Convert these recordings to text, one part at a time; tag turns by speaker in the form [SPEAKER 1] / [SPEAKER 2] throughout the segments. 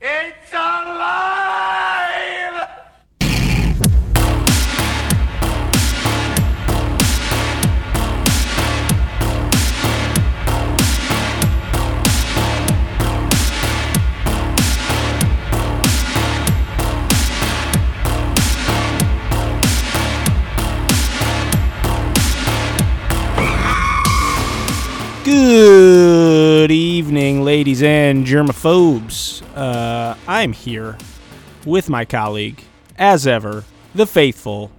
[SPEAKER 1] It's alive!
[SPEAKER 2] Good evening, ladies and germaphobes. Uh, I'm here with my colleague, as ever, the faithful,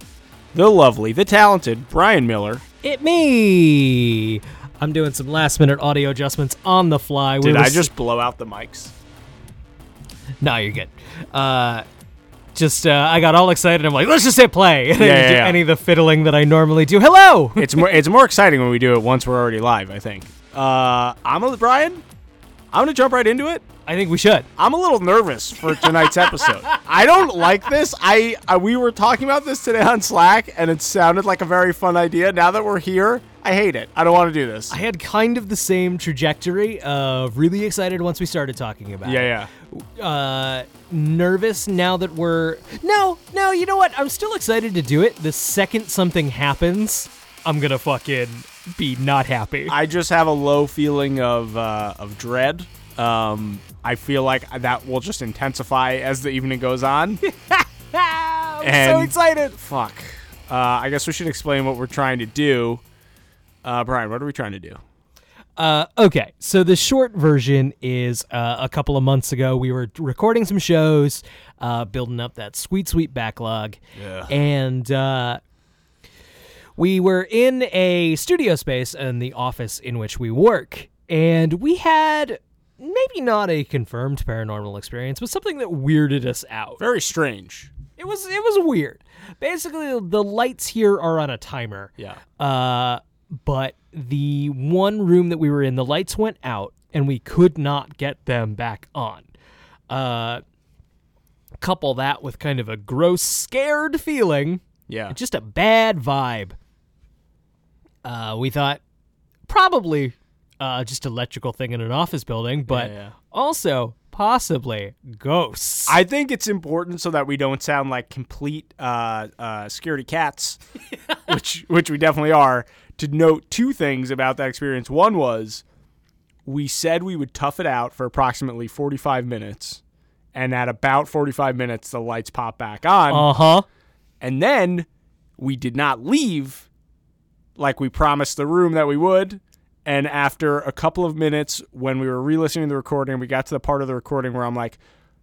[SPEAKER 2] the lovely, the talented Brian Miller.
[SPEAKER 3] It me. I'm doing some last minute audio adjustments on the fly. We
[SPEAKER 2] Did
[SPEAKER 3] were
[SPEAKER 2] I
[SPEAKER 3] s-
[SPEAKER 2] just blow out the mics?
[SPEAKER 3] No, you're good. Uh, just uh, I got all excited. I'm like, let's just hit play. And I
[SPEAKER 2] Yeah,
[SPEAKER 3] didn't
[SPEAKER 2] yeah,
[SPEAKER 3] do
[SPEAKER 2] yeah.
[SPEAKER 3] Any of the fiddling that I normally do. Hello.
[SPEAKER 2] It's more it's more exciting when we do it once we're already live. I think. Uh, I'm a, Brian. I'm gonna jump right into it.
[SPEAKER 3] I think we should.
[SPEAKER 2] I'm a little nervous for tonight's episode. I don't like this. I, I we were talking about this today on Slack, and it sounded like a very fun idea. Now that we're here, I hate it. I don't want to do this.
[SPEAKER 3] I had kind of the same trajectory of really excited once we started talking about. it.
[SPEAKER 2] yeah,
[SPEAKER 3] uh, nervous now that we're no no you know what i'm still excited to do it the second something happens i'm gonna fucking be not happy
[SPEAKER 2] I just have a low feeling of uh, of dread. Um, I feel like that will just intensify as the evening goes on.
[SPEAKER 3] Ah, i'm so
[SPEAKER 2] And-
[SPEAKER 3] excited
[SPEAKER 2] Fuck. Uh, I guess we should explain what we're trying to do. Uh, Brian, what are we trying to do?
[SPEAKER 3] Uh, okay, so the short version is uh, a couple of months ago we were recording some shows, uh, building up that sweet, sweet backlog,
[SPEAKER 2] Yeah.
[SPEAKER 3] and uh, we were in a studio space in the office in which we work, and we had maybe not a confirmed paranormal experience, but something that weirded us out.
[SPEAKER 2] Very strange.
[SPEAKER 3] It was it was weird. Basically, the lights here are on a timer.
[SPEAKER 2] Yeah.
[SPEAKER 3] Uh, but the one room that we were in, the lights went out and we could not get them back on. Uh, couple that with kind of a gross, scared feeling,
[SPEAKER 2] Yeah.
[SPEAKER 3] just a bad vibe. Uh, we thought probably uh, just electrical thing in an office building, but
[SPEAKER 2] Yeah, yeah.
[SPEAKER 3] also possibly ghosts.
[SPEAKER 2] I think it's important so that we don't sound like complete uh, uh, scaredy cats, which which we definitely are. To note two things about that experience. One was we said we would tough it out for approximately 45 minutes, and at about 45 minutes the lights pop back on,
[SPEAKER 3] uh huh.
[SPEAKER 2] and then we did not leave like we promised the room that we would. And after a couple of minutes, when we were re listening to the recording, we got to the part of the recording where I'm like,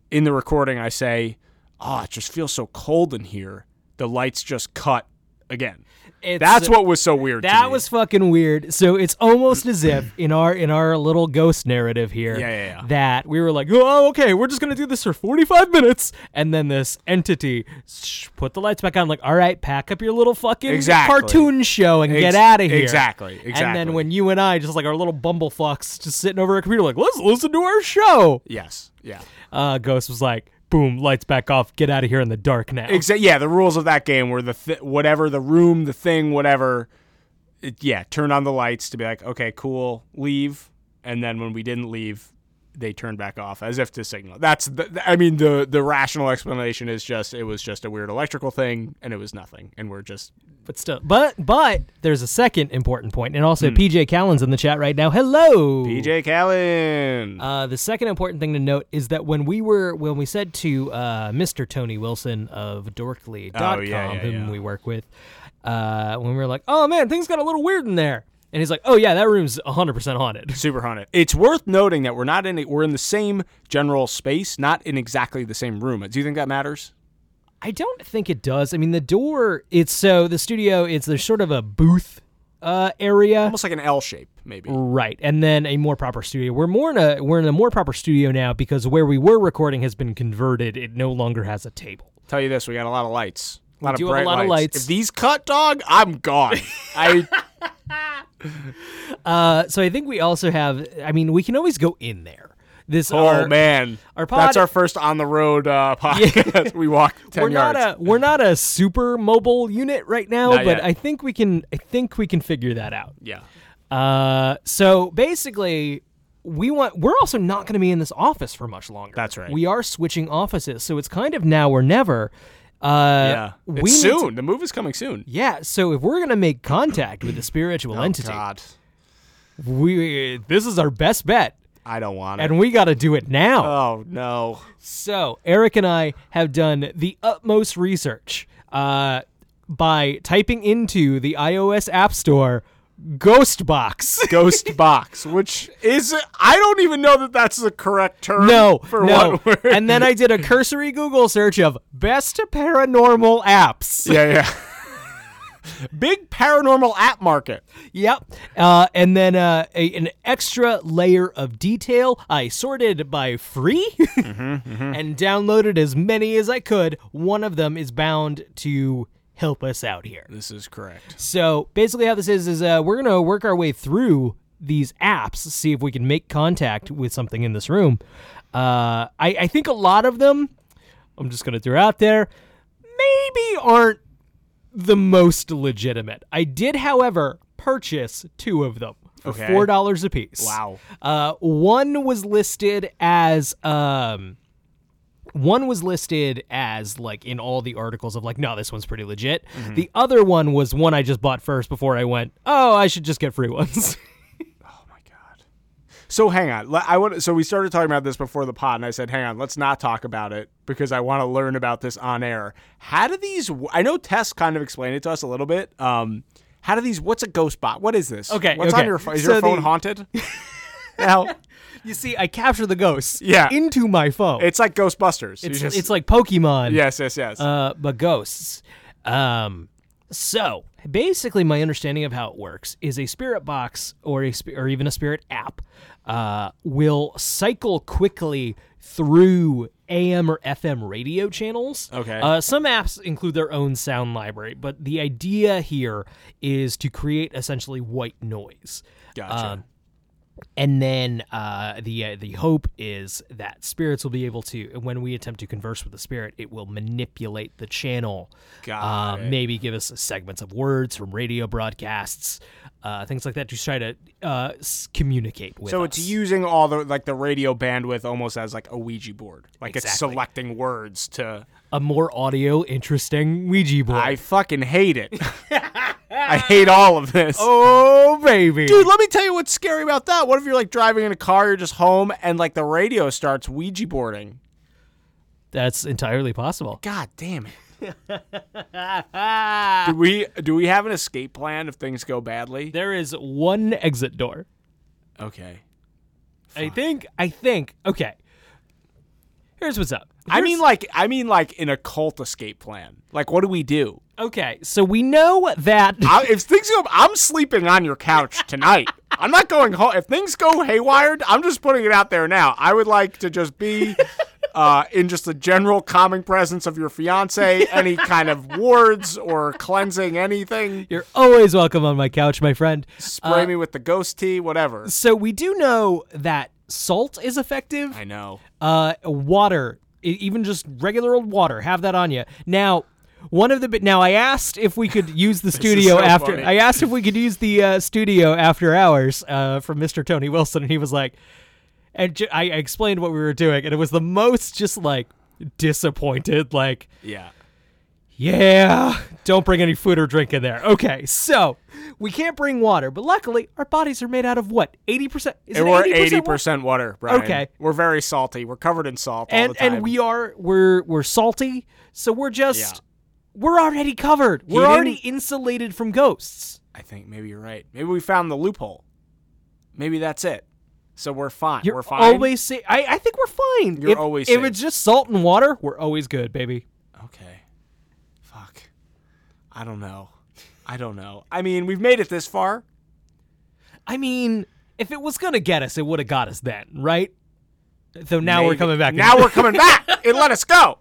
[SPEAKER 2] in the recording, I say, Oh, it just feels so cold in here. The lights just cut again.
[SPEAKER 3] It's,
[SPEAKER 2] That's what was so weird. to
[SPEAKER 3] That
[SPEAKER 2] me.
[SPEAKER 3] was fucking weird. So it's almost as if in our in our little ghost narrative here
[SPEAKER 2] Yeah, yeah, yeah.
[SPEAKER 3] that we were like, "Oh, okay, we're just going to do this for 45 minutes." And then this entity sh- put the lights back on like, "All right, pack up your little fucking
[SPEAKER 2] Exactly.
[SPEAKER 3] cartoon show and get
[SPEAKER 2] Ex-
[SPEAKER 3] out of here."
[SPEAKER 2] exactly,
[SPEAKER 3] And
[SPEAKER 2] exactly.
[SPEAKER 3] then when you and I just like our little bumblefucks just sitting over a computer like, "Let's listen to our show."
[SPEAKER 2] Yes. Yeah.
[SPEAKER 3] Uh ghost was like, "Boom, lights back off. Get out of here in the dark now."
[SPEAKER 2] Exactly. Yeah. The rules of that game were the th- whatever the room, the thing, whatever. It, yeah. Turn on the lights to be like, okay, cool, leave. And then when we didn't leave, they turned back off as if to signal. That's the, th- I mean the the rational explanation is just it was just a weird electrical thing and it was nothing and we're just
[SPEAKER 3] But still, but but there's a second important point, and also PJ Callen's in the chat right now. Hello,
[SPEAKER 2] DJ Callen.
[SPEAKER 3] Uh, the second important thing to note is that when we were when we said to uh, Mr. Tony Wilson of Dorkly.com,
[SPEAKER 2] Oh, yeah, yeah,
[SPEAKER 3] whom
[SPEAKER 2] yeah.
[SPEAKER 3] we work with, uh, when we were like, "Oh man, things got a little weird in there," and he's like, "Oh yeah, that room's 100 percent haunted."
[SPEAKER 2] Super haunted. It's worth noting that we're not in a, we're in the same general space, not in exactly the same room. Do you think that matters?
[SPEAKER 3] I don't think it does. I mean, the door. It's so the studio. It's there's sort of a booth uh, area.
[SPEAKER 2] Almost like an L shape, maybe.
[SPEAKER 3] Right, and then a more proper studio. We're more in a we're in a more proper studio now because where we were recording has been converted. It no longer has a table.
[SPEAKER 2] Tell you this, we got a lot of lights. A lot
[SPEAKER 3] do
[SPEAKER 2] of
[SPEAKER 3] have a
[SPEAKER 2] bright
[SPEAKER 3] lot of lights.
[SPEAKER 2] If these cut, dog, I'm gone. I
[SPEAKER 3] Uh, so I think we also have. I mean, we can always go in there. This
[SPEAKER 2] oh
[SPEAKER 3] our-
[SPEAKER 2] man,
[SPEAKER 3] our
[SPEAKER 2] that's
[SPEAKER 3] pod-
[SPEAKER 2] our first on the road uh, podcast. we walk 10
[SPEAKER 3] We're
[SPEAKER 2] yards.
[SPEAKER 3] not a we're not a super mobile unit right now,
[SPEAKER 2] Not
[SPEAKER 3] but
[SPEAKER 2] yet.
[SPEAKER 3] I think we can I think we can figure that out.
[SPEAKER 2] yeah,
[SPEAKER 3] Uh, so basically, we want we're also not going to be in this office for much longer.
[SPEAKER 2] That's right.
[SPEAKER 3] We are switching offices, so it's kind of now or never. Uh,
[SPEAKER 2] yeah.
[SPEAKER 3] we
[SPEAKER 2] it's
[SPEAKER 3] need to-
[SPEAKER 2] soon. the move is coming soon.
[SPEAKER 3] yeah, so if we're going to make contact with the spiritual entity,
[SPEAKER 2] Oh, God.
[SPEAKER 3] we this is our best bet
[SPEAKER 2] I don't want it.
[SPEAKER 3] and we got to do it now.
[SPEAKER 2] oh no.
[SPEAKER 3] So, Eric and I have done the utmost research uh, by typing into the iOS App Store Ghostbox.
[SPEAKER 2] Ghost box, which is I don't even know that that's the correct term.
[SPEAKER 3] No,
[SPEAKER 2] for
[SPEAKER 3] no.
[SPEAKER 2] one word.
[SPEAKER 3] And then I did a cursory Google search of best paranormal apps.
[SPEAKER 2] yeah, yeah. Big paranormal app market.
[SPEAKER 3] Yep. Uh, and then uh, a, an extra layer of detail. I sorted by free and downloaded as many as I could. One of them is bound to help us out here.
[SPEAKER 2] This is correct.
[SPEAKER 3] So basically, how this is is uh, we're gonna work our way through these apps, see if we can make contact with something in this room. Uh, I, I think a lot of them, I'm just gonna throw out there, maybe aren't the most legitimate. I did, however, purchase two of them for
[SPEAKER 2] Okay.
[SPEAKER 3] four dollars a piece.
[SPEAKER 2] Wow.
[SPEAKER 3] Uh, one was listed as um, one was listed as like in all the articles of like, no, this one's pretty legit. The other one was one I just bought first before I went. Oh, I should just get free ones.
[SPEAKER 2] So hang on. Le- I want. So we started talking about this before the pod, and I said, "Hang on, let's not talk about it because I want to learn about this on air." How do these? w- I know Tess kind of explained it to us a little bit. Um, how do these? What's a ghost bot? What is this?
[SPEAKER 3] Okay,
[SPEAKER 2] What's
[SPEAKER 3] okay.
[SPEAKER 2] on your phone? Is
[SPEAKER 3] So
[SPEAKER 2] your phone
[SPEAKER 3] the-
[SPEAKER 2] haunted? now
[SPEAKER 3] you see, I capture the ghosts
[SPEAKER 2] Yeah.
[SPEAKER 3] into my phone.
[SPEAKER 2] it's like Ghostbusters. You
[SPEAKER 3] it's,
[SPEAKER 2] just-
[SPEAKER 3] it's like Pokemon.
[SPEAKER 2] yes, yes, yes.
[SPEAKER 3] uh, but ghosts. Um, so basically, my understanding of how it works is a spirit box or a sp- or even a spirit app uh, will cycle quickly through AM or FM radio channels.
[SPEAKER 2] Okay.
[SPEAKER 3] Uh, some apps include their own sound library, but the idea here is to create essentially white noise.
[SPEAKER 2] gotcha.
[SPEAKER 3] um, And then uh, the uh, the hope is that spirits will be able to, when we attempt to converse with the spirit, it will manipulate the channel.
[SPEAKER 2] Got
[SPEAKER 3] Uh,
[SPEAKER 2] it.
[SPEAKER 3] maybe give us segments of words from radio broadcasts, uh, things like that, to try to uh, s- communicate with.
[SPEAKER 2] So
[SPEAKER 3] us.
[SPEAKER 2] it's using all the like the radio bandwidth almost as like a Ouija board. Like it's
[SPEAKER 3] Exactly.
[SPEAKER 2] selecting words to
[SPEAKER 3] a more audio interesting Ouija board.
[SPEAKER 2] I fucking hate it. I hate all of this.
[SPEAKER 3] oh baby,
[SPEAKER 2] Dude, let me tell you what's scary about that. What if you're like driving in a car, you're just home and like the radio starts Ouija boarding?
[SPEAKER 3] that's entirely possible.
[SPEAKER 2] God damn it. do we do we have an escape plan if things go badly?
[SPEAKER 3] There is one exit door.
[SPEAKER 2] Okay.
[SPEAKER 3] I think. I think. Okay. Here's what's up.
[SPEAKER 2] I
[SPEAKER 3] Here's-
[SPEAKER 2] mean like I mean like an occult escape plan. Like what do we do?
[SPEAKER 3] okay. So we know that.
[SPEAKER 2] I, if things go, I'm sleeping on your couch tonight. I'm not going home. If things go haywired, I'm just putting it out there now. I would like to just be uh, in just the general calming presence of your fiance, any kind of wards or cleansing, anything.
[SPEAKER 3] You're always welcome on my couch, my friend.
[SPEAKER 2] Spray
[SPEAKER 3] Uh,
[SPEAKER 2] me with the ghost tea, whatever.
[SPEAKER 3] So we do know that salt is effective.
[SPEAKER 2] I know.
[SPEAKER 3] uh, water, e- even just regular old water. Have that on you. Now, one of the bi- now I asked if we could use the studio
[SPEAKER 2] so
[SPEAKER 3] after.
[SPEAKER 2] funny.
[SPEAKER 3] I asked if we could use the uh, studio after hours uh, from Mr. Tony Wilson, and he was like, and ju- I I explained what we were doing, and it was the most just like disappointed, like.
[SPEAKER 2] Yeah.
[SPEAKER 3] Yeah, don't bring any food or drink in there. Okay, so we can't bring water, but luckily our bodies are made out of what? 80%? Is it
[SPEAKER 2] And we're
[SPEAKER 3] 80%
[SPEAKER 2] eighty
[SPEAKER 3] water?
[SPEAKER 2] percent water, Brian.
[SPEAKER 3] Okay.
[SPEAKER 2] We're very salty. We're covered in salt all
[SPEAKER 3] and
[SPEAKER 2] the time.
[SPEAKER 3] and we are we're we're salty, so we're just
[SPEAKER 2] Yeah.
[SPEAKER 3] we're already covered. We're
[SPEAKER 2] didn't-
[SPEAKER 3] already insulated from ghosts.
[SPEAKER 2] I think maybe you're right. Maybe we found the loophole. Maybe that's it. So we're fine.
[SPEAKER 3] You're
[SPEAKER 2] we're fine.
[SPEAKER 3] always safe. I, I think we're fine.
[SPEAKER 2] You're
[SPEAKER 3] if,
[SPEAKER 2] always
[SPEAKER 3] if
[SPEAKER 2] safe.
[SPEAKER 3] it's just salt and water, we're always good, baby.
[SPEAKER 2] Okay. Fuck. I don't know. I don't know. I mean, we've made it this far.
[SPEAKER 3] I mean, if it was gonna get us, it would have got us then, right? So now we're
[SPEAKER 2] Maybe-
[SPEAKER 3] coming back.
[SPEAKER 2] Now we're coming back. It let us go.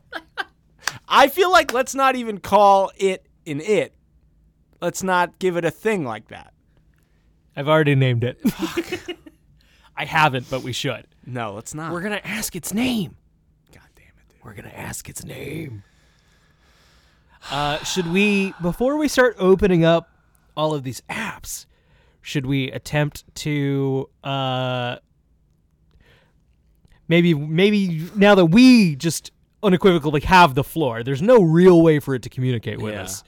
[SPEAKER 2] I feel like let's not even call it an it. Let's not give it a thing like that.
[SPEAKER 3] I've already named it. I haven't, but we should.
[SPEAKER 2] No, let's not.
[SPEAKER 3] We're gonna ask its name.
[SPEAKER 2] God damn it, dude.
[SPEAKER 3] We're gonna ask its name. Uh, should we, before we start opening up all of these apps, should we attempt to uh, Maybe maybe now that we just unequivocally have the floor, there's no real way for it to communicate with
[SPEAKER 2] Yeah.
[SPEAKER 3] us.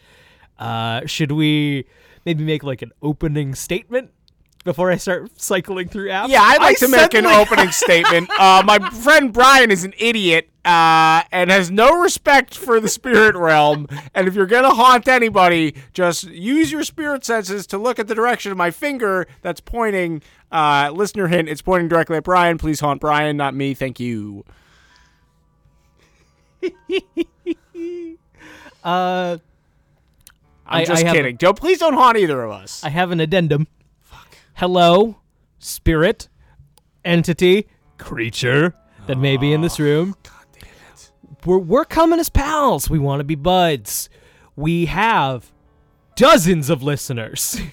[SPEAKER 3] Uh, should we maybe make like an opening statement before I start cycling through apps?
[SPEAKER 2] Yeah, I'd like
[SPEAKER 3] I
[SPEAKER 2] to make an
[SPEAKER 3] suddenly-
[SPEAKER 2] opening statement. Uh, my friend Brian is an idiot uh, and has no respect for the spirit realm. And if you're going to haunt anybody, just use your spirit senses to look at the direction of my finger that's pointing. Uh, listener hint, it's pointing directly at Brian. Please haunt Brian, not me. Thank you.
[SPEAKER 3] Uh,
[SPEAKER 2] I'm
[SPEAKER 3] I-
[SPEAKER 2] just
[SPEAKER 3] I have-
[SPEAKER 2] kidding. Joe, please don't haunt either of us.
[SPEAKER 3] I have an addendum. Hello, spirit, entity, creature that may be in this room.
[SPEAKER 2] God damn it.
[SPEAKER 3] We're, we're coming as pals. We want to be buds. We have dozens of listeners.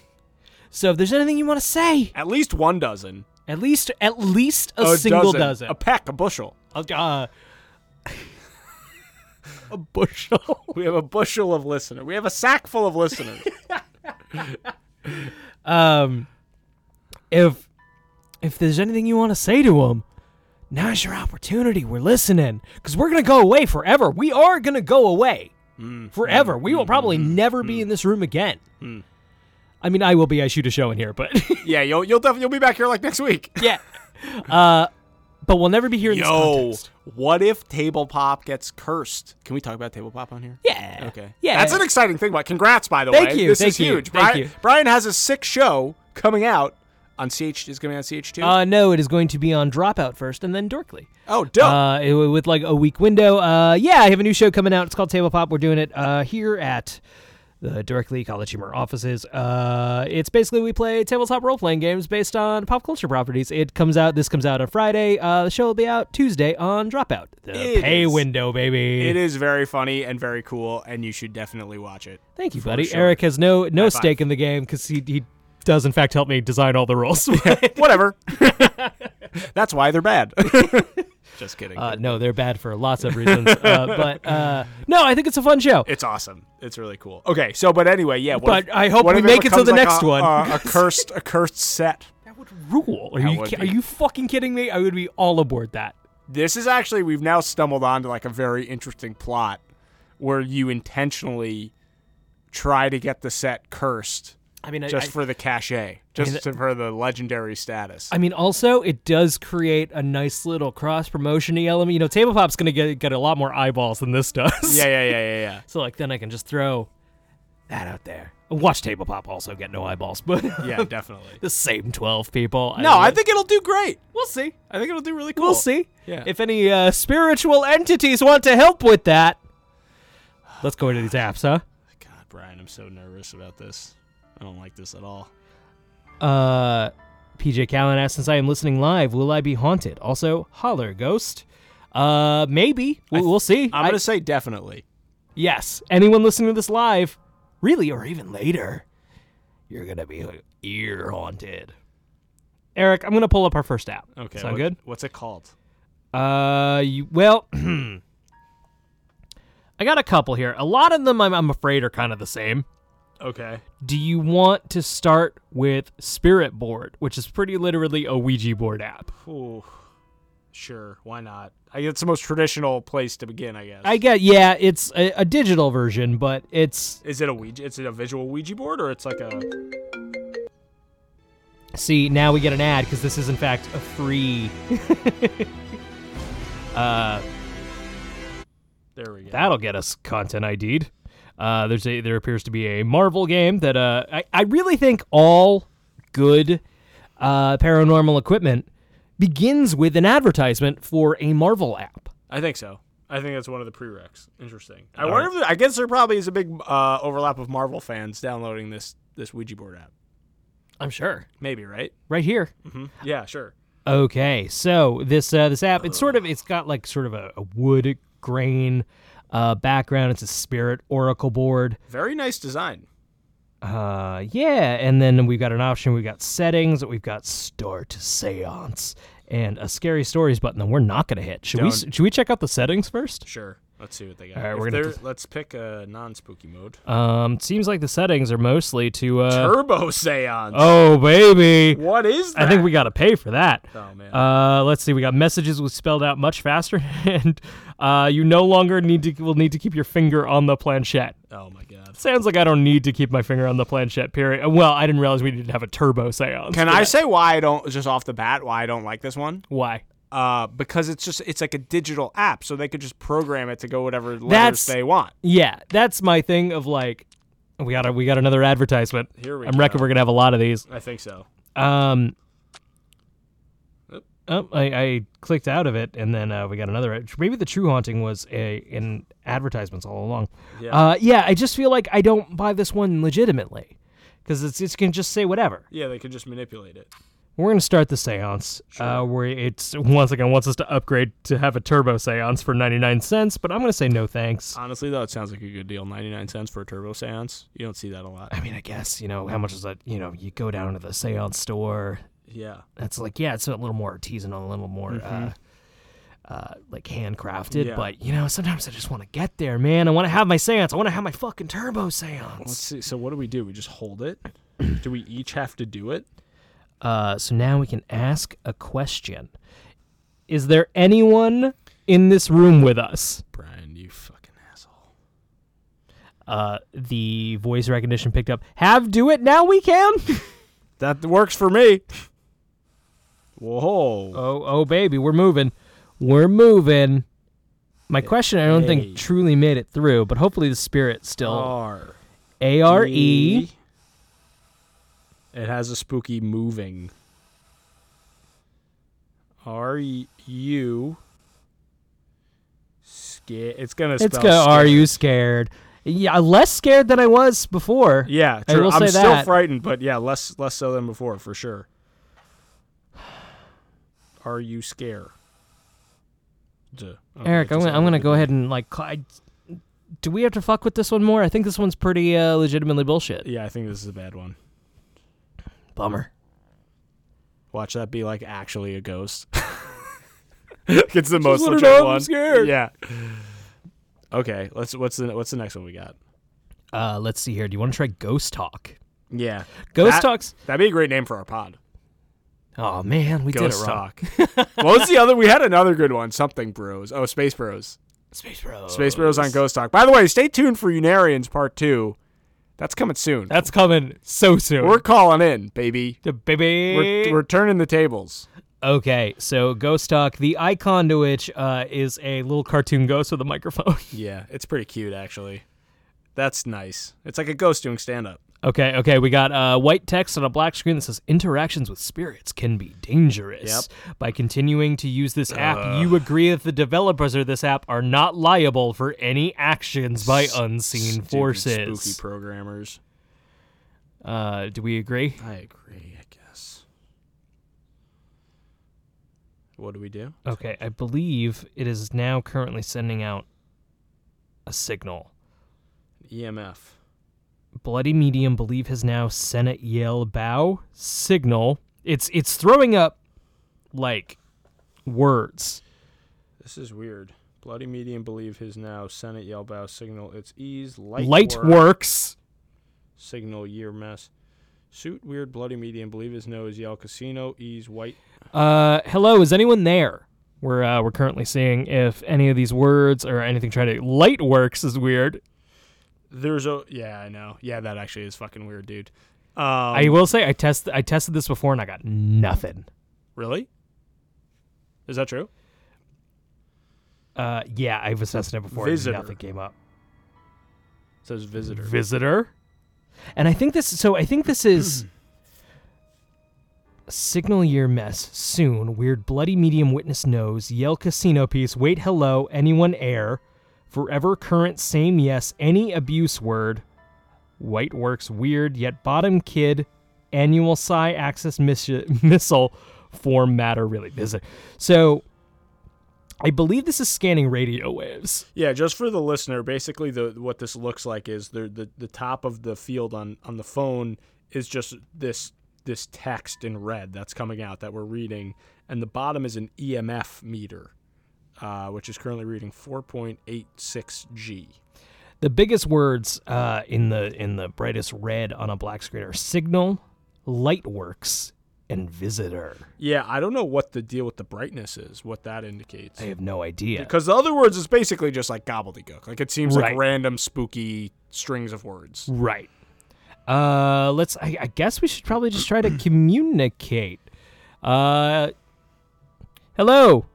[SPEAKER 3] So if there's anything you want to say,
[SPEAKER 2] At least one dozen.
[SPEAKER 3] at least at least a, single dozen,
[SPEAKER 2] A peck, a bushel.
[SPEAKER 3] a, uh, a bushel.
[SPEAKER 2] We have a bushel of listeners. We have a sack full of listeners.
[SPEAKER 3] um, if if there's anything you want to say to them, now's your opportunity. We're listening because we're gonna go away forever. We are gonna go away forever. We will probably never be in this room again. I mean, I will be. I shoot a show in here, but
[SPEAKER 2] yeah, you'll you'll definitely you'll be back here like next week.
[SPEAKER 3] yeah. Uh, but we'll never be here in this
[SPEAKER 2] Yo,
[SPEAKER 3] context.
[SPEAKER 2] what if Table Pop gets cursed? Can we talk about Table Pop on here?
[SPEAKER 3] Yeah.
[SPEAKER 2] Okay.
[SPEAKER 3] Yeah.
[SPEAKER 2] That's an exciting thing. But congrats, by the
[SPEAKER 3] Thank
[SPEAKER 2] way.
[SPEAKER 3] you,
[SPEAKER 2] This
[SPEAKER 3] thank
[SPEAKER 2] is
[SPEAKER 3] you,
[SPEAKER 2] huge.
[SPEAKER 3] thank
[SPEAKER 2] Brian,
[SPEAKER 3] you.
[SPEAKER 2] Brian has a sick show coming out on CH. Is going to be on CH2.
[SPEAKER 3] uh, no, it is going to be on Dropout first, and then Dorkly.
[SPEAKER 2] oh, dope.
[SPEAKER 3] Uh, it- with like a week window. Uh, yeah, I have a new show coming out. It's called Table Pop. We're doing it uh, here at the directly College Humor offices. Uh, it's basically we play tabletop role playing games based on pop culture properties. It comes out. This comes out on Friday. Uh, the show will be out Tuesday on Dropout. The
[SPEAKER 2] It
[SPEAKER 3] pay
[SPEAKER 2] is-
[SPEAKER 3] window, baby.
[SPEAKER 2] it is very funny and very cool, and you should definitely watch it.
[SPEAKER 3] Thank you,
[SPEAKER 2] for
[SPEAKER 3] buddy.
[SPEAKER 2] sure.
[SPEAKER 3] Eric has no no
[SPEAKER 2] High five.
[SPEAKER 3] stake in the game because he he does in fact help me design all the rules.
[SPEAKER 2] Whatever. That's why they're bad. Just kidding.
[SPEAKER 3] Uh, no, they're bad for lots of reasons. uh, but uh, no, I think it's a fun show.
[SPEAKER 2] It's awesome. It's really cool. Okay, so but anyway, yeah. What
[SPEAKER 3] But
[SPEAKER 2] if-
[SPEAKER 3] I hope
[SPEAKER 2] what
[SPEAKER 3] we
[SPEAKER 2] if
[SPEAKER 3] make it to
[SPEAKER 2] becomes
[SPEAKER 3] the
[SPEAKER 2] like
[SPEAKER 3] next
[SPEAKER 2] a-
[SPEAKER 3] one.
[SPEAKER 2] A, a cursed, a cursed set.
[SPEAKER 3] That would rule. Are you
[SPEAKER 2] would
[SPEAKER 3] ki-
[SPEAKER 2] be-
[SPEAKER 3] are you fucking kidding me? I would be all aboard that.
[SPEAKER 2] This is actually we've now stumbled onto like a very interesting plot where you intentionally try to get the set cursed
[SPEAKER 3] I mean,
[SPEAKER 2] just
[SPEAKER 3] I,
[SPEAKER 2] for the cachet, just to- for the legendary status.
[SPEAKER 3] I mean, also it does create a nice little cross promotion element. You know, tabletop's gonna get get a lot more eyeballs than this does.
[SPEAKER 2] yeah, yeah, yeah, yeah, yeah.
[SPEAKER 3] So like, then I can just throw that out there. Watch tabletop also get no eyeballs, but
[SPEAKER 2] Yeah, definitely.
[SPEAKER 3] the same twelve people.
[SPEAKER 2] No, I
[SPEAKER 3] don't know.
[SPEAKER 2] think it'll do great.
[SPEAKER 3] we'll see.
[SPEAKER 2] I think it'll do really cool.
[SPEAKER 3] We'll see.
[SPEAKER 2] Yeah.
[SPEAKER 3] If any uh, spiritual entities want to help with that, let's go into these apps, huh?
[SPEAKER 2] God, Brian, I'm so nervous about this. I don't like this at all.
[SPEAKER 3] Uh, PJ Callen asks, since I am listening live, will I be haunted? Also, holler, ghost. Uh, maybe. We'll, we'll see.
[SPEAKER 2] I'm
[SPEAKER 3] I-
[SPEAKER 2] gonna say definitely.
[SPEAKER 3] yes. Anyone listening to this live, really, or even later, you're gonna be like, ear haunted. Eric, I'm gonna pull up our first app.
[SPEAKER 2] Okay,
[SPEAKER 3] sound
[SPEAKER 2] what-
[SPEAKER 3] good?
[SPEAKER 2] What's it called?
[SPEAKER 3] Uh, you, well, I got a couple here. A lot of them, I'm, I'm afraid, are kind of the same.
[SPEAKER 2] Okay.
[SPEAKER 3] Do you want to start with Spirit Board, which is pretty literally a Ouija board app?
[SPEAKER 2] Ooh, sure. Why not? I, it's the most traditional place to begin, I guess.
[SPEAKER 3] I get, yeah, it's a, a digital version, but it's
[SPEAKER 2] is it a Ouija? It's a visual Ouija board, or it's like a
[SPEAKER 3] see now we get an ad because this is in fact a free. uh,
[SPEAKER 2] there we go.
[SPEAKER 3] that'll get us content ID'd. Uh, there's a there appears to be a Marvel game that uh, I I really think all good uh, paranormal equipment begins with an advertisement for a Marvel app.
[SPEAKER 2] I think so. I think that's one of the prereqs. Interesting. I wonder. If there, I guess there probably is a big uh, overlap of Marvel fans downloading this this Ouija board app.
[SPEAKER 3] I'm sure.
[SPEAKER 2] Maybe right?
[SPEAKER 3] Right here.
[SPEAKER 2] Mm-hmm. Yeah, sure.
[SPEAKER 3] Okay, so this uh, this app it's sort of it's got like sort of a, a wood grain uh, background. It's a spirit oracle board.
[SPEAKER 2] Very nice design.
[SPEAKER 3] Uh, yeah, and then we've got an option. We've got settings. We've got start seance and a scary stories button that we're not gonna hit. Should we
[SPEAKER 2] Don't.
[SPEAKER 3] should we check out the settings first?
[SPEAKER 2] Sure. Let's see what they got.
[SPEAKER 3] All right,
[SPEAKER 2] If
[SPEAKER 3] we're gonna
[SPEAKER 2] they're-
[SPEAKER 3] just-
[SPEAKER 2] let's pick a non-spooky mode.
[SPEAKER 3] Um, seems like the settings are mostly to. Uh,
[SPEAKER 2] Turbo Seance.
[SPEAKER 3] oh baby,
[SPEAKER 2] What is that?
[SPEAKER 3] I think we gotta pay for that.
[SPEAKER 2] Oh man.
[SPEAKER 3] Uh, let's see. We got messages was spelled out much faster, and uh, you no longer need to will need to keep your finger on the planchette.
[SPEAKER 2] oh my god.
[SPEAKER 3] Sounds like I don't need to keep my finger on the planchette. Period. Uh, Well, I didn't realize we didn't have a turbo seance.
[SPEAKER 2] Can
[SPEAKER 3] for
[SPEAKER 2] I
[SPEAKER 3] that.
[SPEAKER 2] say why I don't just off the bat why I don't like this one?
[SPEAKER 3] Why?
[SPEAKER 2] Uh, because it's just it's like a digital app, so they could just program it to go whatever letters
[SPEAKER 3] That's-
[SPEAKER 2] they want.
[SPEAKER 3] Yeah, that's my thing. Of like, we got a, we got another advertisement.
[SPEAKER 2] Here we
[SPEAKER 3] I'm reckon
[SPEAKER 2] go.
[SPEAKER 3] we're gonna have a lot of these.
[SPEAKER 2] I think so.
[SPEAKER 3] Um,
[SPEAKER 2] Oop.
[SPEAKER 3] oh, I, I clicked out of it, and then uh, we got another. ad- Maybe the true haunting was a in advertisements all along.
[SPEAKER 2] Yeah.
[SPEAKER 3] Uh, yeah, I just feel like I don't buy this one legitimately because it's it can just say whatever.
[SPEAKER 2] Yeah, they could just manipulate it.
[SPEAKER 3] We're gonna start the seance uh, where it's once again wants us to upgrade to have a turbo seance for 99 cents, but I'm gonna say no thanks.
[SPEAKER 2] Honestly, though, it sounds like a good deal. Ninety-nine cents for a turbo seance. You don't see that a lot.
[SPEAKER 3] I mean, I guess you know how much is that? You know, you go down to the seance store.
[SPEAKER 2] Yeah.
[SPEAKER 3] That's like yeah, it's a little more artisanal, a little more. Uh, uh, like handcrafted,
[SPEAKER 2] Yeah.
[SPEAKER 3] but you know, sometimes I just want to get there, man. I want to have my seance. I want to have my fucking turbo
[SPEAKER 2] Let's
[SPEAKER 3] seance.
[SPEAKER 2] see. So what do we do? We just hold it. do we each have to do it?
[SPEAKER 3] Uh, so now we can ask a question. Is there anyone in this room with us?
[SPEAKER 2] Brian, you fucking asshole.
[SPEAKER 3] Uh, the voice recognition picked up. Have do it now. We can.
[SPEAKER 2] That works for me. Whoa.
[SPEAKER 3] oh, oh, baby, we're moving. We're moving. My question, I don't
[SPEAKER 2] Hey. Oh,
[SPEAKER 3] think truly made it through, but hopefully the spirit still.
[SPEAKER 2] R.
[SPEAKER 3] A R E.
[SPEAKER 2] It has a spooky moving. R U. Sca- it's gonna spell.
[SPEAKER 3] It's go. Are
[SPEAKER 2] scared.
[SPEAKER 3] you scared? Yeah, less scared than I was before.
[SPEAKER 2] Yeah,
[SPEAKER 3] I
[SPEAKER 2] true.
[SPEAKER 3] will
[SPEAKER 2] I'm
[SPEAKER 3] say
[SPEAKER 2] still
[SPEAKER 3] that.
[SPEAKER 2] frightened, but yeah, less less so than before for sure. Are you scared? Duh. I don't think
[SPEAKER 3] Eric, I'm
[SPEAKER 2] that's
[SPEAKER 3] gonna,
[SPEAKER 2] how
[SPEAKER 3] I'm gonna
[SPEAKER 2] we
[SPEAKER 3] go
[SPEAKER 2] do it.
[SPEAKER 3] ahead and like. cl- I, do we have to fuck with this one more? I think this one's pretty uh, legitimately bullshit.
[SPEAKER 2] Yeah, I think this is a bad one.
[SPEAKER 3] Bummer.
[SPEAKER 2] Watch that be like actually a ghost. it's the most
[SPEAKER 3] let her
[SPEAKER 2] legit
[SPEAKER 3] know I'm
[SPEAKER 2] one.
[SPEAKER 3] scared.
[SPEAKER 2] Yeah. Okay. Let's. What's the What's the next one we got?
[SPEAKER 3] Uh, let's see here. Do you want to try Ghost Talk?
[SPEAKER 2] Yeah.
[SPEAKER 3] Ghost
[SPEAKER 2] That-
[SPEAKER 3] Talks.
[SPEAKER 2] That'd be a great name for our pod.
[SPEAKER 3] Oh man, we did
[SPEAKER 2] Ghost
[SPEAKER 3] it wrong.
[SPEAKER 2] talk. what was the other? We had another good one. Something Bros. Oh, Space Bros.
[SPEAKER 3] Space Bros.
[SPEAKER 2] Space Bros on Ghost Talk. By the way, stay tuned for Unarians Part Two. That's coming soon.
[SPEAKER 3] That's coming so soon.
[SPEAKER 2] We're calling in, baby.
[SPEAKER 3] The baby.
[SPEAKER 2] We're, we're turning the tables.
[SPEAKER 3] okay, so Ghost Talk, the icon to which uh, is a little cartoon ghost with a microphone.
[SPEAKER 2] Yeah, it's pretty cute actually. That's nice. It's like a ghost doing stand up.
[SPEAKER 3] okay, okay, we got uh, white text on a black screen that says interactions with spirits can be dangerous. By continuing to use this app, you agree that the developers of this app are not liable for any actions by unseen forces.
[SPEAKER 2] Spooky programmers.
[SPEAKER 3] Uh, do we agree?
[SPEAKER 2] I agree, I guess. What do we do?
[SPEAKER 3] Okay, I believe it is now currently sending out a signal.
[SPEAKER 2] EMF.
[SPEAKER 3] Bloody Medium believe has now Senate yell bow signal. It's it's throwing up like words.
[SPEAKER 2] This is weird. Bloody Medium believe his now Senate yell bow signal its ease, light,
[SPEAKER 3] Light,
[SPEAKER 2] work,
[SPEAKER 3] works.
[SPEAKER 2] signal year mess. Suit weird bloody medium believe his no is yell casino ease white
[SPEAKER 3] Uh, hello, is anyone there? We're uh, we're currently seeing if any of these words or anything trying to light works is weird.
[SPEAKER 2] There's a yeah, I know. Yeah, that actually is fucking weird, dude. Um,
[SPEAKER 3] I will say I test I tested this before and I got nothing.
[SPEAKER 2] really? Is that true?
[SPEAKER 3] Uh, yeah, I've assessed it before. and
[SPEAKER 2] Visitor.
[SPEAKER 3] Nothing came up.
[SPEAKER 2] It says visitor.
[SPEAKER 3] visitor. And I think this. So I think this is signal year mess soon. Weird bloody medium witness knows yell casino piece. Wait hello anyone air forever current same yes any abuse word. White works weird yet bottom kid annual psi access miss- missile form matter really busy. So. I believe this is scanning radio waves.
[SPEAKER 2] yeah, just for the listener, basically the what this looks like is the the, the top of the field on on the phone is just this this text in red that's coming out that we're reading and the bottom is an EMF E meter. uh, which is currently reading 4.86G.
[SPEAKER 3] The biggest words uh, in the in the brightest red on a black screen are signal, lightworks, and visitor.
[SPEAKER 2] Yeah, I don't know what the deal with the brightness is, what that indicates.
[SPEAKER 3] I have no idea.
[SPEAKER 2] Because the other words is basically just like gobbledygook. Like it seems
[SPEAKER 3] Right.
[SPEAKER 2] like random spooky strings of words.
[SPEAKER 3] Right. Uh, let's. I, I guess we should probably just try to communicate. Uh, hello.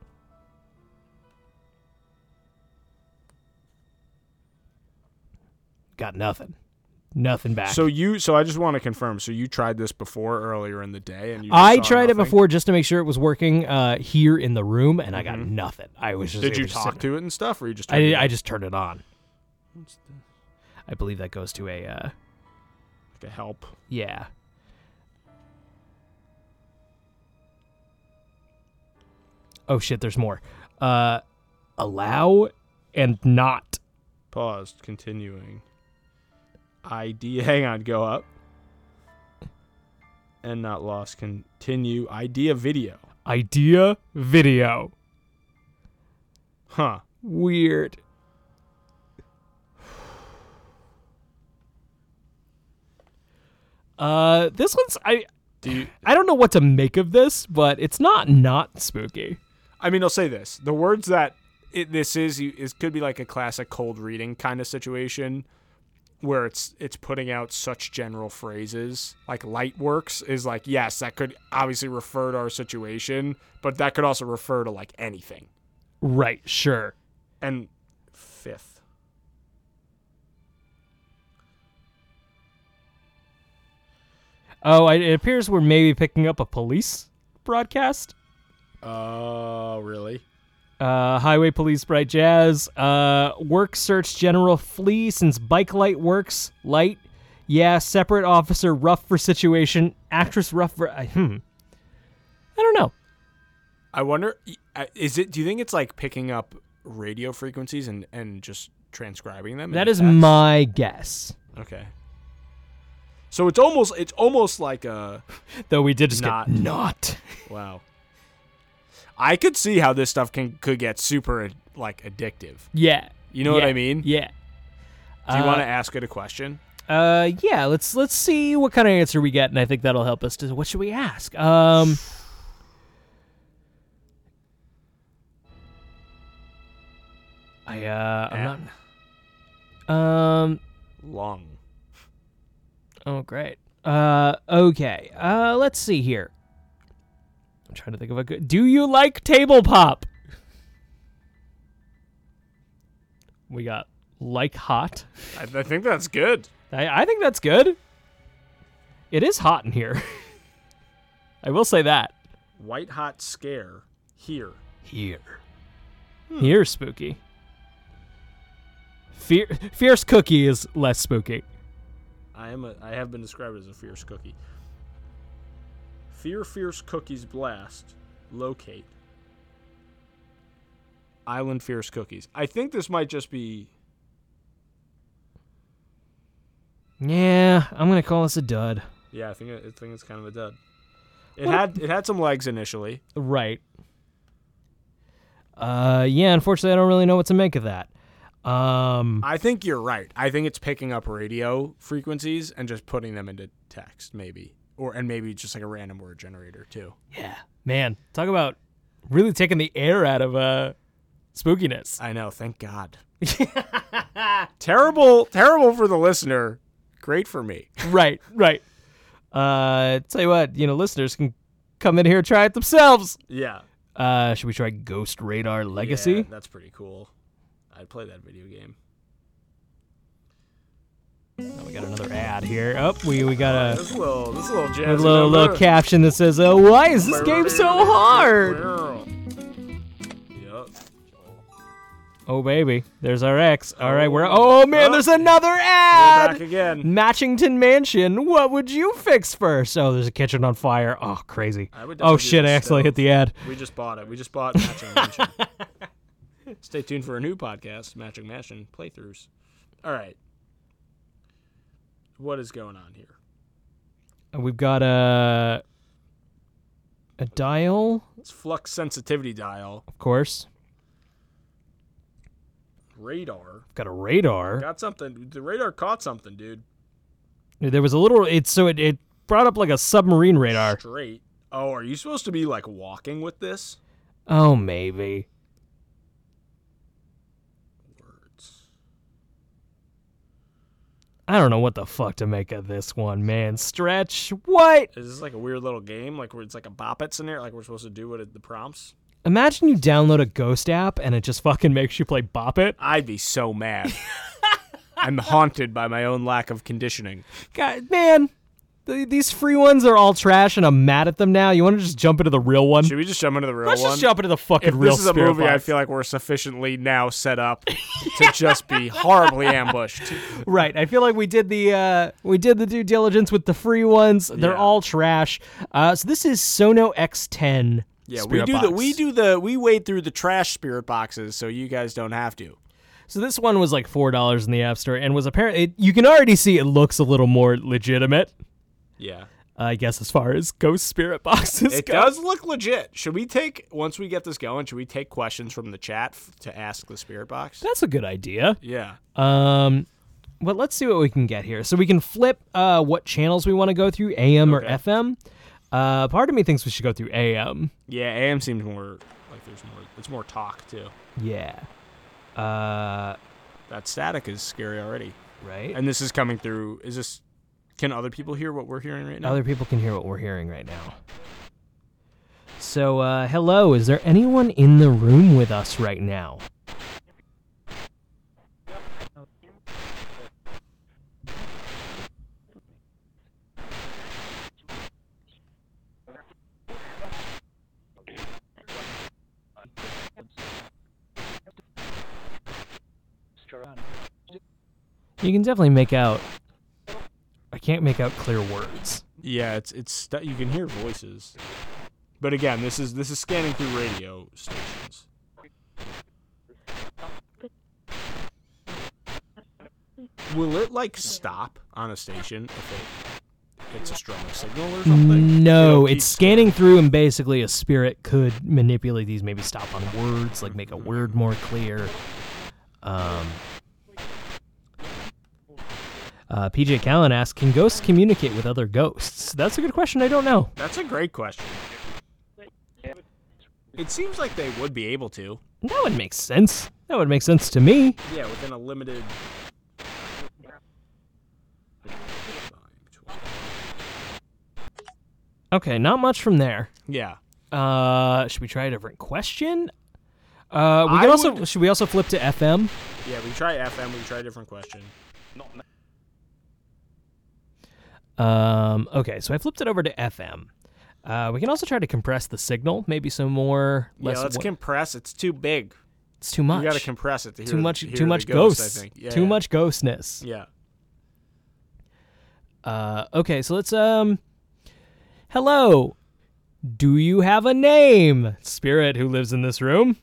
[SPEAKER 3] Got nothing. Nothing back.
[SPEAKER 2] So you, so I just want to confirm. So you tried this before earlier in the day, and you
[SPEAKER 3] I
[SPEAKER 2] saw
[SPEAKER 3] tried it
[SPEAKER 2] nothing?
[SPEAKER 3] before just to make sure it was working uh, here in the room, and I got nothing. I was just.
[SPEAKER 2] Mm-hmm. Did
[SPEAKER 3] it
[SPEAKER 2] you
[SPEAKER 3] was just
[SPEAKER 2] talk
[SPEAKER 3] sitting-
[SPEAKER 2] to it and stuff, or you just?
[SPEAKER 3] I,
[SPEAKER 2] turned it
[SPEAKER 3] did- I
[SPEAKER 2] off?
[SPEAKER 3] just turned it on. I believe that goes to a. Uh,
[SPEAKER 2] like a help.
[SPEAKER 3] yeah. Oh shit! There's more. Uh, allow and not.
[SPEAKER 2] Paused. Continuing. ID. Hang on. Go up. And not lost. Continue. Idea video.
[SPEAKER 3] Idea video.
[SPEAKER 2] Huh.
[SPEAKER 3] Weird. Uh, this one's I
[SPEAKER 2] Do you,
[SPEAKER 3] I don't know what to make of this, but it's not not spooky.
[SPEAKER 2] I mean, I'll say this: the words that it, this is you- is could be like a classic cold reading kind of situation, where it's it's putting out such general phrases. Like light works is like yes, that could obviously refer to our situation, but that could also refer to like anything.
[SPEAKER 3] Right, sure.
[SPEAKER 2] And fifth,
[SPEAKER 3] Oh, I, it appears we're maybe picking up a police broadcast.
[SPEAKER 2] oh really?
[SPEAKER 3] Uh, highway police, bright jazz. Uh, work search general flee since bike light works light. Yeah, separate officer rough for situation. Actress rough for I hmm. I don't know.
[SPEAKER 2] I wonder, I- is it? Do you think it's like picking up radio frequencies and and just transcribing them? in
[SPEAKER 3] That
[SPEAKER 2] the
[SPEAKER 3] is
[SPEAKER 2] text?
[SPEAKER 3] my guess.
[SPEAKER 2] okay. So it's almost it's almost like a.
[SPEAKER 3] Though we did just
[SPEAKER 2] Not.
[SPEAKER 3] get not.
[SPEAKER 2] Wow. I could see how this stuff can could get super like addictive.
[SPEAKER 3] Yeah.
[SPEAKER 2] You know what
[SPEAKER 3] Yeah.
[SPEAKER 2] I mean?
[SPEAKER 3] Yeah.
[SPEAKER 2] Do you want to ask it a question?
[SPEAKER 3] Uh, yeah. Let's let's see what kind of answer we get, and I think that'll help us. To, what should we ask? Um. I uh,
[SPEAKER 2] Eh,
[SPEAKER 3] I'm not. Um.
[SPEAKER 2] Long.
[SPEAKER 3] Oh, great. Uh. Okay. Uh. Let's see here. I'm trying to think of a good. Do you like table pop? We got like hot.
[SPEAKER 2] I, I think that's good.
[SPEAKER 3] I, I think that's good. It is hot in here. I will say that.
[SPEAKER 2] White hot scare here.
[SPEAKER 3] Here. Hmm. Here, spooky. Fier- fierce cookie is less spooky.
[SPEAKER 2] I am a, I have been described as a fierce cookie. Fear fierce cookies blast. Locate. Island fierce cookies. I think this might just be
[SPEAKER 3] Yeah, I'm gonna call this a dud.
[SPEAKER 2] yeah, I think it, I think it's kind of a dud. It
[SPEAKER 3] What a-
[SPEAKER 2] had it had some legs initially.
[SPEAKER 3] Right. Uh, yeah. Unfortunately, I don't really know what to make of that. Um,
[SPEAKER 2] I think you're right. I think it's picking up radio frequencies and just putting them into text, maybe, or and maybe just like a random word generator too.
[SPEAKER 3] yeah, man, talk about really taking the air out of uh spookiness.
[SPEAKER 2] I know. Thank God. terrible, terrible for the listener. Great for me.
[SPEAKER 3] right, right. Uh, tell you what, you know, listeners can come in here and try it themselves.
[SPEAKER 2] Yeah.
[SPEAKER 3] Uh, should we try Ghost Radar Legacy?
[SPEAKER 2] Yeah, that's pretty cool. I'd play that video game.
[SPEAKER 3] Oh, we got another ad here. Oh, we we got a,
[SPEAKER 2] This little, this little
[SPEAKER 3] a
[SPEAKER 2] jazz.
[SPEAKER 3] little little caption that says, "Oh, why is this game so hard?"
[SPEAKER 2] Yep.
[SPEAKER 3] Oh, baby, there's our X. All right, we're oh man, there's another
[SPEAKER 2] We're back
[SPEAKER 3] ad.
[SPEAKER 2] again.
[SPEAKER 3] Matchington Mansion. What would you fix first? Oh, there's a kitchen on fire. Oh, crazy.
[SPEAKER 2] I would definitely
[SPEAKER 3] Oh
[SPEAKER 2] do
[SPEAKER 3] shit, I
[SPEAKER 2] the
[SPEAKER 3] accidentally hit
[SPEAKER 2] stove.
[SPEAKER 3] the ad.
[SPEAKER 2] We just bought it. We just bought Matching Mansion. Stay tuned for a new podcast, Matching Mansion playthroughs. All right. What is going on here?
[SPEAKER 3] Uh, We've got a a dial,
[SPEAKER 2] It's flux sensitivity dial.
[SPEAKER 3] of course.
[SPEAKER 2] radar.
[SPEAKER 3] Got a radar.
[SPEAKER 2] Got something. The radar caught something, dude.
[SPEAKER 3] There was a little. It so it, it brought up like a submarine radar.
[SPEAKER 2] Straight. Oh, are you supposed to be like walking with this?
[SPEAKER 3] Oh, maybe.
[SPEAKER 2] Words.
[SPEAKER 3] I don't know what the fuck to make of this one, man. Stretch. What?
[SPEAKER 2] Is this like a weird little game? Like where it's like a bop it scenario? Like we're supposed to do what it, the prompts?
[SPEAKER 3] Imagine you download a ghost app and it just fucking makes you play Bop It.
[SPEAKER 2] I'd be so mad. I'm haunted by my own lack of conditioning.
[SPEAKER 3] God, man. th- These free ones are all trash, and I'm mad at them now. You want to just jump into the real one?
[SPEAKER 2] Should we just jump into the real
[SPEAKER 3] Let's
[SPEAKER 2] one?
[SPEAKER 3] just jump into the fucking
[SPEAKER 2] if
[SPEAKER 3] real
[SPEAKER 2] this is a
[SPEAKER 3] Spirit
[SPEAKER 2] movie, I
[SPEAKER 3] Box.
[SPEAKER 2] feel like we're sufficiently now set up to just be horribly ambushed.
[SPEAKER 3] Right. I feel like we did the uh, we did the due diligence with the free ones. They're
[SPEAKER 2] Yeah.
[SPEAKER 3] all trash. Uh, so this is Sono X10.
[SPEAKER 2] Yeah,
[SPEAKER 3] Spirit
[SPEAKER 2] we do the
[SPEAKER 3] Box.
[SPEAKER 2] we do the we wade through the trash spirit boxes, so you guys don't have to.
[SPEAKER 3] So this one was like four dollars in the app store, and was apparently it, you can already see it looks a little more legitimate.
[SPEAKER 2] Yeah,
[SPEAKER 3] I guess as far as ghost spirit boxes
[SPEAKER 2] it
[SPEAKER 3] go.
[SPEAKER 2] does look legit. Should we take once we get this going? Should we take questions from the chat f- to ask the spirit box?
[SPEAKER 3] That's a good idea.
[SPEAKER 2] Yeah,
[SPEAKER 3] Um, but let's see what we can get here. So we can flip uh, what channels we want to go through, AM or
[SPEAKER 2] Okay.
[SPEAKER 3] FM. Uh, part of me thinks we should go through AM.
[SPEAKER 2] yeah. AM seems more like there's more. It's more talk too.
[SPEAKER 3] Yeah. Uh,
[SPEAKER 2] That static is scary already.
[SPEAKER 3] right.
[SPEAKER 2] And this is coming through. Is this? Can other people hear what we're hearing right now?
[SPEAKER 3] Other people can hear what we're hearing right now. So, uh, hello, is there anyone in the room with us right now? You can definitely make out. I can't make out clear words.
[SPEAKER 2] Yeah, it's it's st- you can hear voices, but again, this is this is scanning through radio stations. Will it like stop on a station if it it's a strong signal or something?
[SPEAKER 3] No,
[SPEAKER 2] It'll keep
[SPEAKER 3] it's scanning through, and basically, a spirit could manipulate these. Maybe stop on words, like make a word more clear. Um, uh, PJ Callen asks, "Can ghosts communicate with other ghosts?" That's a good question. I don't know.
[SPEAKER 2] That's a great question. It seems like they would be able to.
[SPEAKER 3] That would make sense. That would make sense to me.
[SPEAKER 2] Yeah, within a limited.
[SPEAKER 3] Okay, not much from there.
[SPEAKER 2] Yeah.
[SPEAKER 3] Uh, should we try a different question? Uh, we
[SPEAKER 2] I
[SPEAKER 3] can also
[SPEAKER 2] would-
[SPEAKER 3] should we also flip to FM?
[SPEAKER 2] Yeah, we try FM, we try a different question.
[SPEAKER 3] Um, okay, so I flipped it over to FM. Uh, we can also try to compress the signal, maybe some more. Less
[SPEAKER 2] yeah, let's
[SPEAKER 3] wo-
[SPEAKER 2] compress. It's too big.
[SPEAKER 3] it's too much.
[SPEAKER 2] You got to compress it to hear
[SPEAKER 3] too
[SPEAKER 2] the-
[SPEAKER 3] much.
[SPEAKER 2] hear
[SPEAKER 3] Too
[SPEAKER 2] the
[SPEAKER 3] much
[SPEAKER 2] ghost,
[SPEAKER 3] ghosts.
[SPEAKER 2] I think. Yeah,
[SPEAKER 3] too
[SPEAKER 2] yeah.
[SPEAKER 3] much ghostness.
[SPEAKER 2] Yeah.
[SPEAKER 3] Uh, okay, so let's um. Hello, do you have a name, spirit who lives in this room?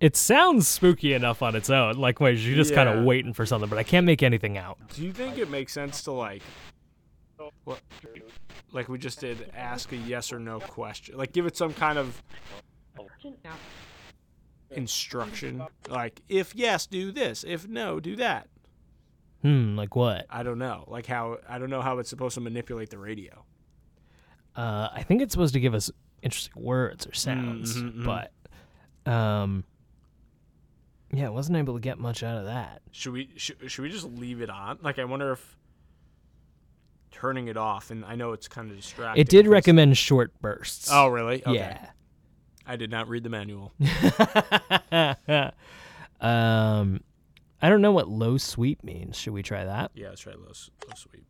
[SPEAKER 3] It sounds spooky enough on its own, like where you're just kind
[SPEAKER 2] Yeah.
[SPEAKER 3] of waiting for something, but I can't make anything out.
[SPEAKER 2] Do you think it makes sense to like, what, like we just did, ask a yes or no question, like give it some kind of instruction, like if yes, do this, if no, do that.
[SPEAKER 3] Hmm, like what?
[SPEAKER 2] I don't know, like how I don't know how it's supposed to manipulate the radio.
[SPEAKER 3] Uh, I think it's supposed to give us interesting words or sounds,
[SPEAKER 2] mhm, mhm.
[SPEAKER 3] but um, yeah, I wasn't able to get much out of that.
[SPEAKER 2] Should we should, should we just leave it on? Like I wonder if turning it off, and I know it's kind of distracting.
[SPEAKER 3] It did
[SPEAKER 2] because-
[SPEAKER 3] recommend short bursts.
[SPEAKER 2] Oh really? Okay. I did not read the manual.
[SPEAKER 3] yeah. um, I don't know what low sweep means. Should we try that?
[SPEAKER 2] yeah, let's try low, s- low sweep.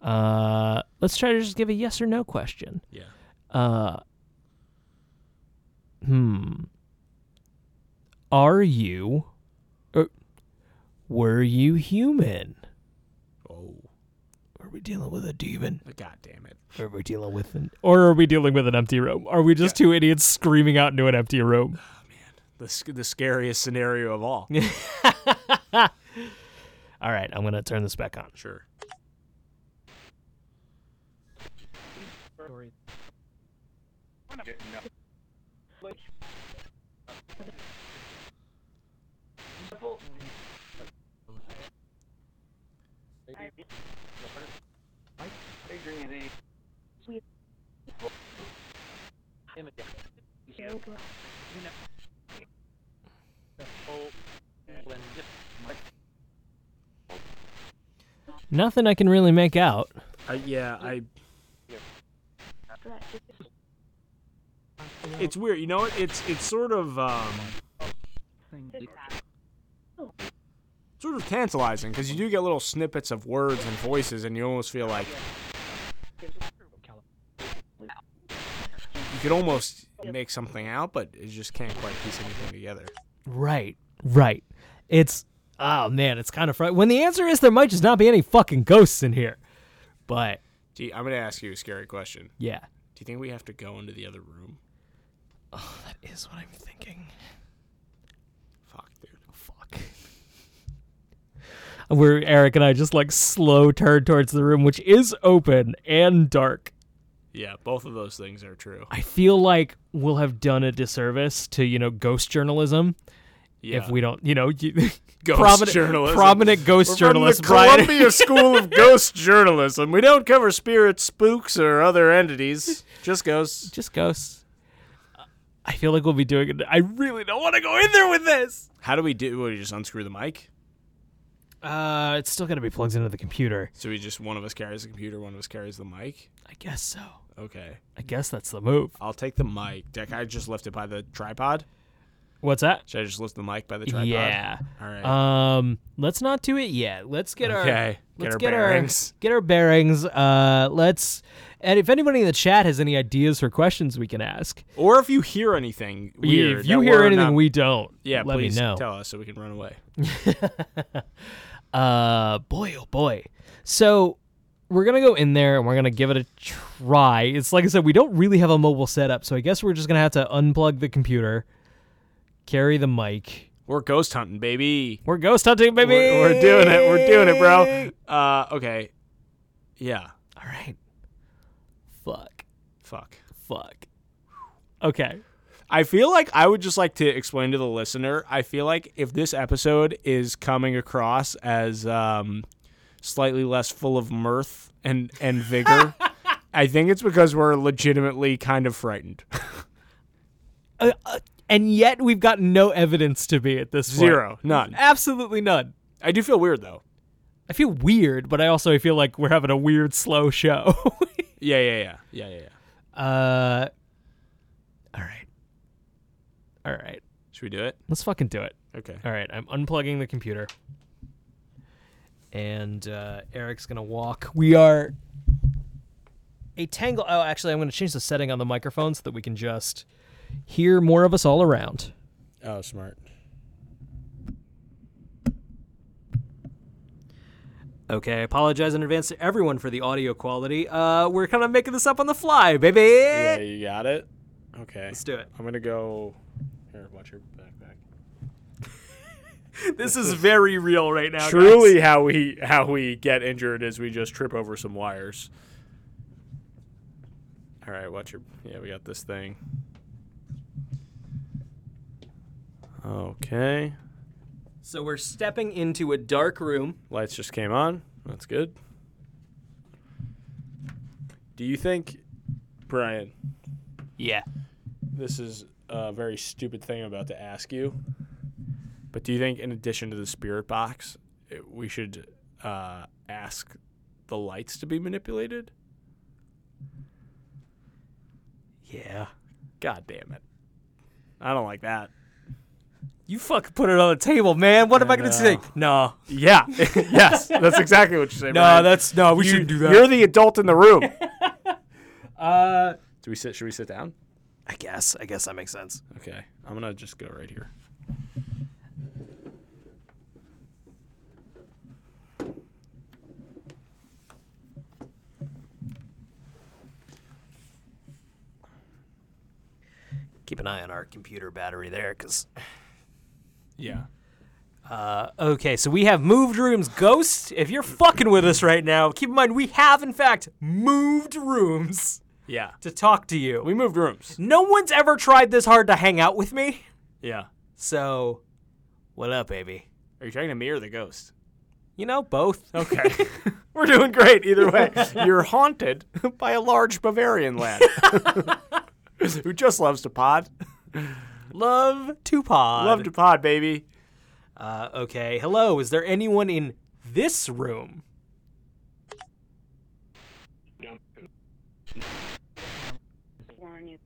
[SPEAKER 3] Uh, let's try to just give a yes or no question.
[SPEAKER 2] Yeah.
[SPEAKER 3] Uh, hmm. Are you? Or, Were you human?
[SPEAKER 2] Oh,
[SPEAKER 3] Are we dealing with a demon?
[SPEAKER 2] god damn it!
[SPEAKER 3] Are we dealing with an or are we dealing with an empty room? Are we just two idiots screaming out into an empty room?
[SPEAKER 2] The sc- the scariest scenario of all.
[SPEAKER 3] All right, I'm gonna turn this back on.
[SPEAKER 2] Sure.
[SPEAKER 3] Nothing I can really make out.
[SPEAKER 2] I, Uh, yeah, I. It's weird, you know. what? It's it's sort of um, sort of tantalizing because you do get little snippets of words and voices, and you almost feel like you could almost make something out, but you just can't quite piece anything together.
[SPEAKER 3] Right, right. It's oh man, it's kind of fr- when the answer is there might just not be any fucking ghosts in here. But
[SPEAKER 2] Gee, I'm gonna ask you a scary question.
[SPEAKER 3] yeah,
[SPEAKER 2] Do you think we have to go into the other room?
[SPEAKER 3] that is what I'm thinking.
[SPEAKER 2] Fuck, dude.
[SPEAKER 3] Fuck. Where Eric and I just like slow turn towards the room, which is open and dark.
[SPEAKER 2] Yeah, both of those things are true.
[SPEAKER 3] I feel like we'll have done a disservice to you know ghost journalism
[SPEAKER 2] Yeah.
[SPEAKER 3] if we don't you know you,
[SPEAKER 2] Ghost
[SPEAKER 3] prominent,
[SPEAKER 2] journalism.
[SPEAKER 3] prominent ghost
[SPEAKER 2] We're
[SPEAKER 3] journalist
[SPEAKER 2] from the
[SPEAKER 3] Brian.
[SPEAKER 2] Columbia School of Ghost Journalism. We don't cover spirits, spooks, or other entities. Just ghosts.
[SPEAKER 3] just ghosts. I feel like we'll be doing it. I really don't want to go in there with this.
[SPEAKER 2] How do we do? What, we just unscrew the mic?
[SPEAKER 3] Uh, it's still gonna be plugged into the computer.
[SPEAKER 2] So we just one of us carries the computer, one of us carries the mic.
[SPEAKER 3] I guess so.
[SPEAKER 2] Okay,
[SPEAKER 3] I guess that's the move.
[SPEAKER 2] I'll take the mic. Deck, I just left it by the tripod.
[SPEAKER 3] What's that?
[SPEAKER 2] Should I just lift the mic by the tripod?
[SPEAKER 3] Yeah.
[SPEAKER 2] All right.
[SPEAKER 3] Um, let's not do it yet. Let's get our
[SPEAKER 2] Okay. Get
[SPEAKER 3] let's
[SPEAKER 2] our bearings.
[SPEAKER 3] get our bearings. Uh, let's and if anybody in the chat has any ideas or questions, we can ask.
[SPEAKER 2] or if you hear anything weird,
[SPEAKER 3] if you
[SPEAKER 2] that
[SPEAKER 3] hear
[SPEAKER 2] we're
[SPEAKER 3] anything
[SPEAKER 2] not-
[SPEAKER 3] we don't,
[SPEAKER 2] yeah,
[SPEAKER 3] let
[SPEAKER 2] please
[SPEAKER 3] me know.
[SPEAKER 2] tell us so we can run away.
[SPEAKER 3] Uh, boy, oh boy. So we're gonna go in there and we're gonna give it a try. It's like I said, we don't really have a mobile setup, so I guess we're just gonna have to unplug the computer, carry the mic.
[SPEAKER 2] We're ghost hunting, baby.
[SPEAKER 3] We're ghost hunting, baby.
[SPEAKER 2] We're, we're doing it. We're doing it, bro. Uh, okay. Yeah.
[SPEAKER 3] All right. Fuck.
[SPEAKER 2] Fuck.
[SPEAKER 3] Fuck. Okay.
[SPEAKER 2] I feel like I would just like to explain to the listener. I feel like if this episode is coming across as um, slightly less full of mirth and and vigor, I think it's because we're legitimately kind of frightened.
[SPEAKER 3] Uh, uh, and yet we've got no evidence to be at this point.
[SPEAKER 2] Zero, none.
[SPEAKER 3] Absolutely none.
[SPEAKER 2] I do feel weird though.
[SPEAKER 3] I feel weird, but I also feel like we're having a weird slow show.
[SPEAKER 2] Yeah, yeah, yeah, yeah, yeah. yeah.
[SPEAKER 3] uh All right. All right.
[SPEAKER 2] Should we do it?
[SPEAKER 3] Let's fucking do it.
[SPEAKER 2] Okay.
[SPEAKER 3] All right, I'm unplugging the computer. And uh, Eric's going to walk. We are a tangle. Oh, actually, I'm going to change the setting on the microphone so that we can just hear more of us all around.
[SPEAKER 2] Oh, smart.
[SPEAKER 3] Okay, I apologize in advance to everyone for the audio quality. Uh, we're kind of making this up on the fly, baby.
[SPEAKER 2] Yeah, you got it. Okay.
[SPEAKER 3] Let's do it.
[SPEAKER 2] I'm gonna go. Here, watch your backpack.
[SPEAKER 3] This is very real right now. guys.
[SPEAKER 2] Truly, how we how we get injured is we just trip over some wires. All right, watch your. Yeah, we got this thing. Okay,
[SPEAKER 3] So we're stepping into a dark room.
[SPEAKER 2] lights just came on. That's good. Do you think, Brian?
[SPEAKER 3] Yeah.
[SPEAKER 2] This is a very stupid thing I'm about to ask you. But do you think, in addition to the spirit box, it- we should uh, ask the lights to be manipulated?
[SPEAKER 3] Yeah.
[SPEAKER 2] God damn it. I don't like that.
[SPEAKER 3] You fucking put it on the table, man. What am I going to
[SPEAKER 2] know.
[SPEAKER 3] say? No.
[SPEAKER 2] Yeah. yes. That's exactly what you're saying.
[SPEAKER 3] No,
[SPEAKER 2] Brian.
[SPEAKER 3] that's no. We
[SPEAKER 2] You-
[SPEAKER 3] shouldn't do that.
[SPEAKER 2] You're the adult in the room. do
[SPEAKER 3] uh,
[SPEAKER 2] we sit? Should we sit down?
[SPEAKER 3] I guess. I guess that makes sense.
[SPEAKER 2] Okay. I'm gonna just go right here.
[SPEAKER 3] keep an eye on our computer battery there because
[SPEAKER 2] Yeah.
[SPEAKER 3] Uh, okay, so we have moved rooms, ghost. If you're fucking with us right now, keep in mind we have in fact moved rooms
[SPEAKER 2] Yeah.
[SPEAKER 3] to talk to you.
[SPEAKER 2] We moved rooms.
[SPEAKER 3] no one's ever tried this hard to hang out with me,
[SPEAKER 2] Yeah.
[SPEAKER 3] so what up, baby?
[SPEAKER 2] Are you talking to me or the ghost?
[SPEAKER 3] You know both.
[SPEAKER 2] Okay. We're doing great either way. You're haunted by a large Bavarian lad who just loves to pod.
[SPEAKER 3] Love to pod.
[SPEAKER 2] Love to pod, baby.
[SPEAKER 3] Uh, okay, hello. Is there anyone in this room?
[SPEAKER 1] warn you.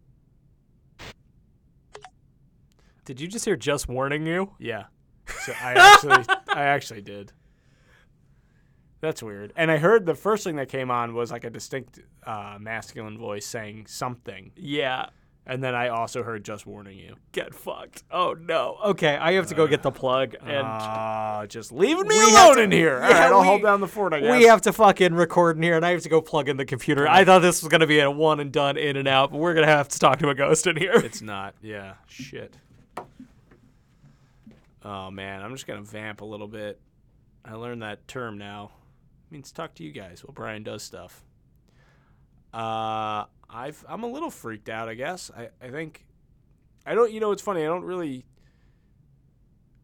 [SPEAKER 3] Did you just hear just warning you?
[SPEAKER 2] Yeah. So I actually I actually did. That's weird. And I heard the first thing that came on was like a distinct uh, masculine voice saying something.
[SPEAKER 3] Yeah.
[SPEAKER 2] And then I also heard just warning you.
[SPEAKER 3] Get fucked. Oh no. Okay, I have to go get the plug and.
[SPEAKER 2] Ah, just leaving me
[SPEAKER 3] We have
[SPEAKER 2] alone
[SPEAKER 3] to-
[SPEAKER 2] in here. All
[SPEAKER 3] yeah,
[SPEAKER 2] right, I'll
[SPEAKER 3] we-
[SPEAKER 2] hold down the fort, I guess.
[SPEAKER 3] We have to fucking record in here, and I have to go plug in the computer. I thought this was gonna be a one and done, in and out, but we're gonna have to talk to a ghost in here.
[SPEAKER 2] It's not. Yeah. Shit. Oh man, I'm just gonna vamp a little bit. I learned that term now. It means talk to you guys while Brian does stuff. Uh, I've I'm a little freaked out. I guess I I think I don't. You know, it's funny. I don't really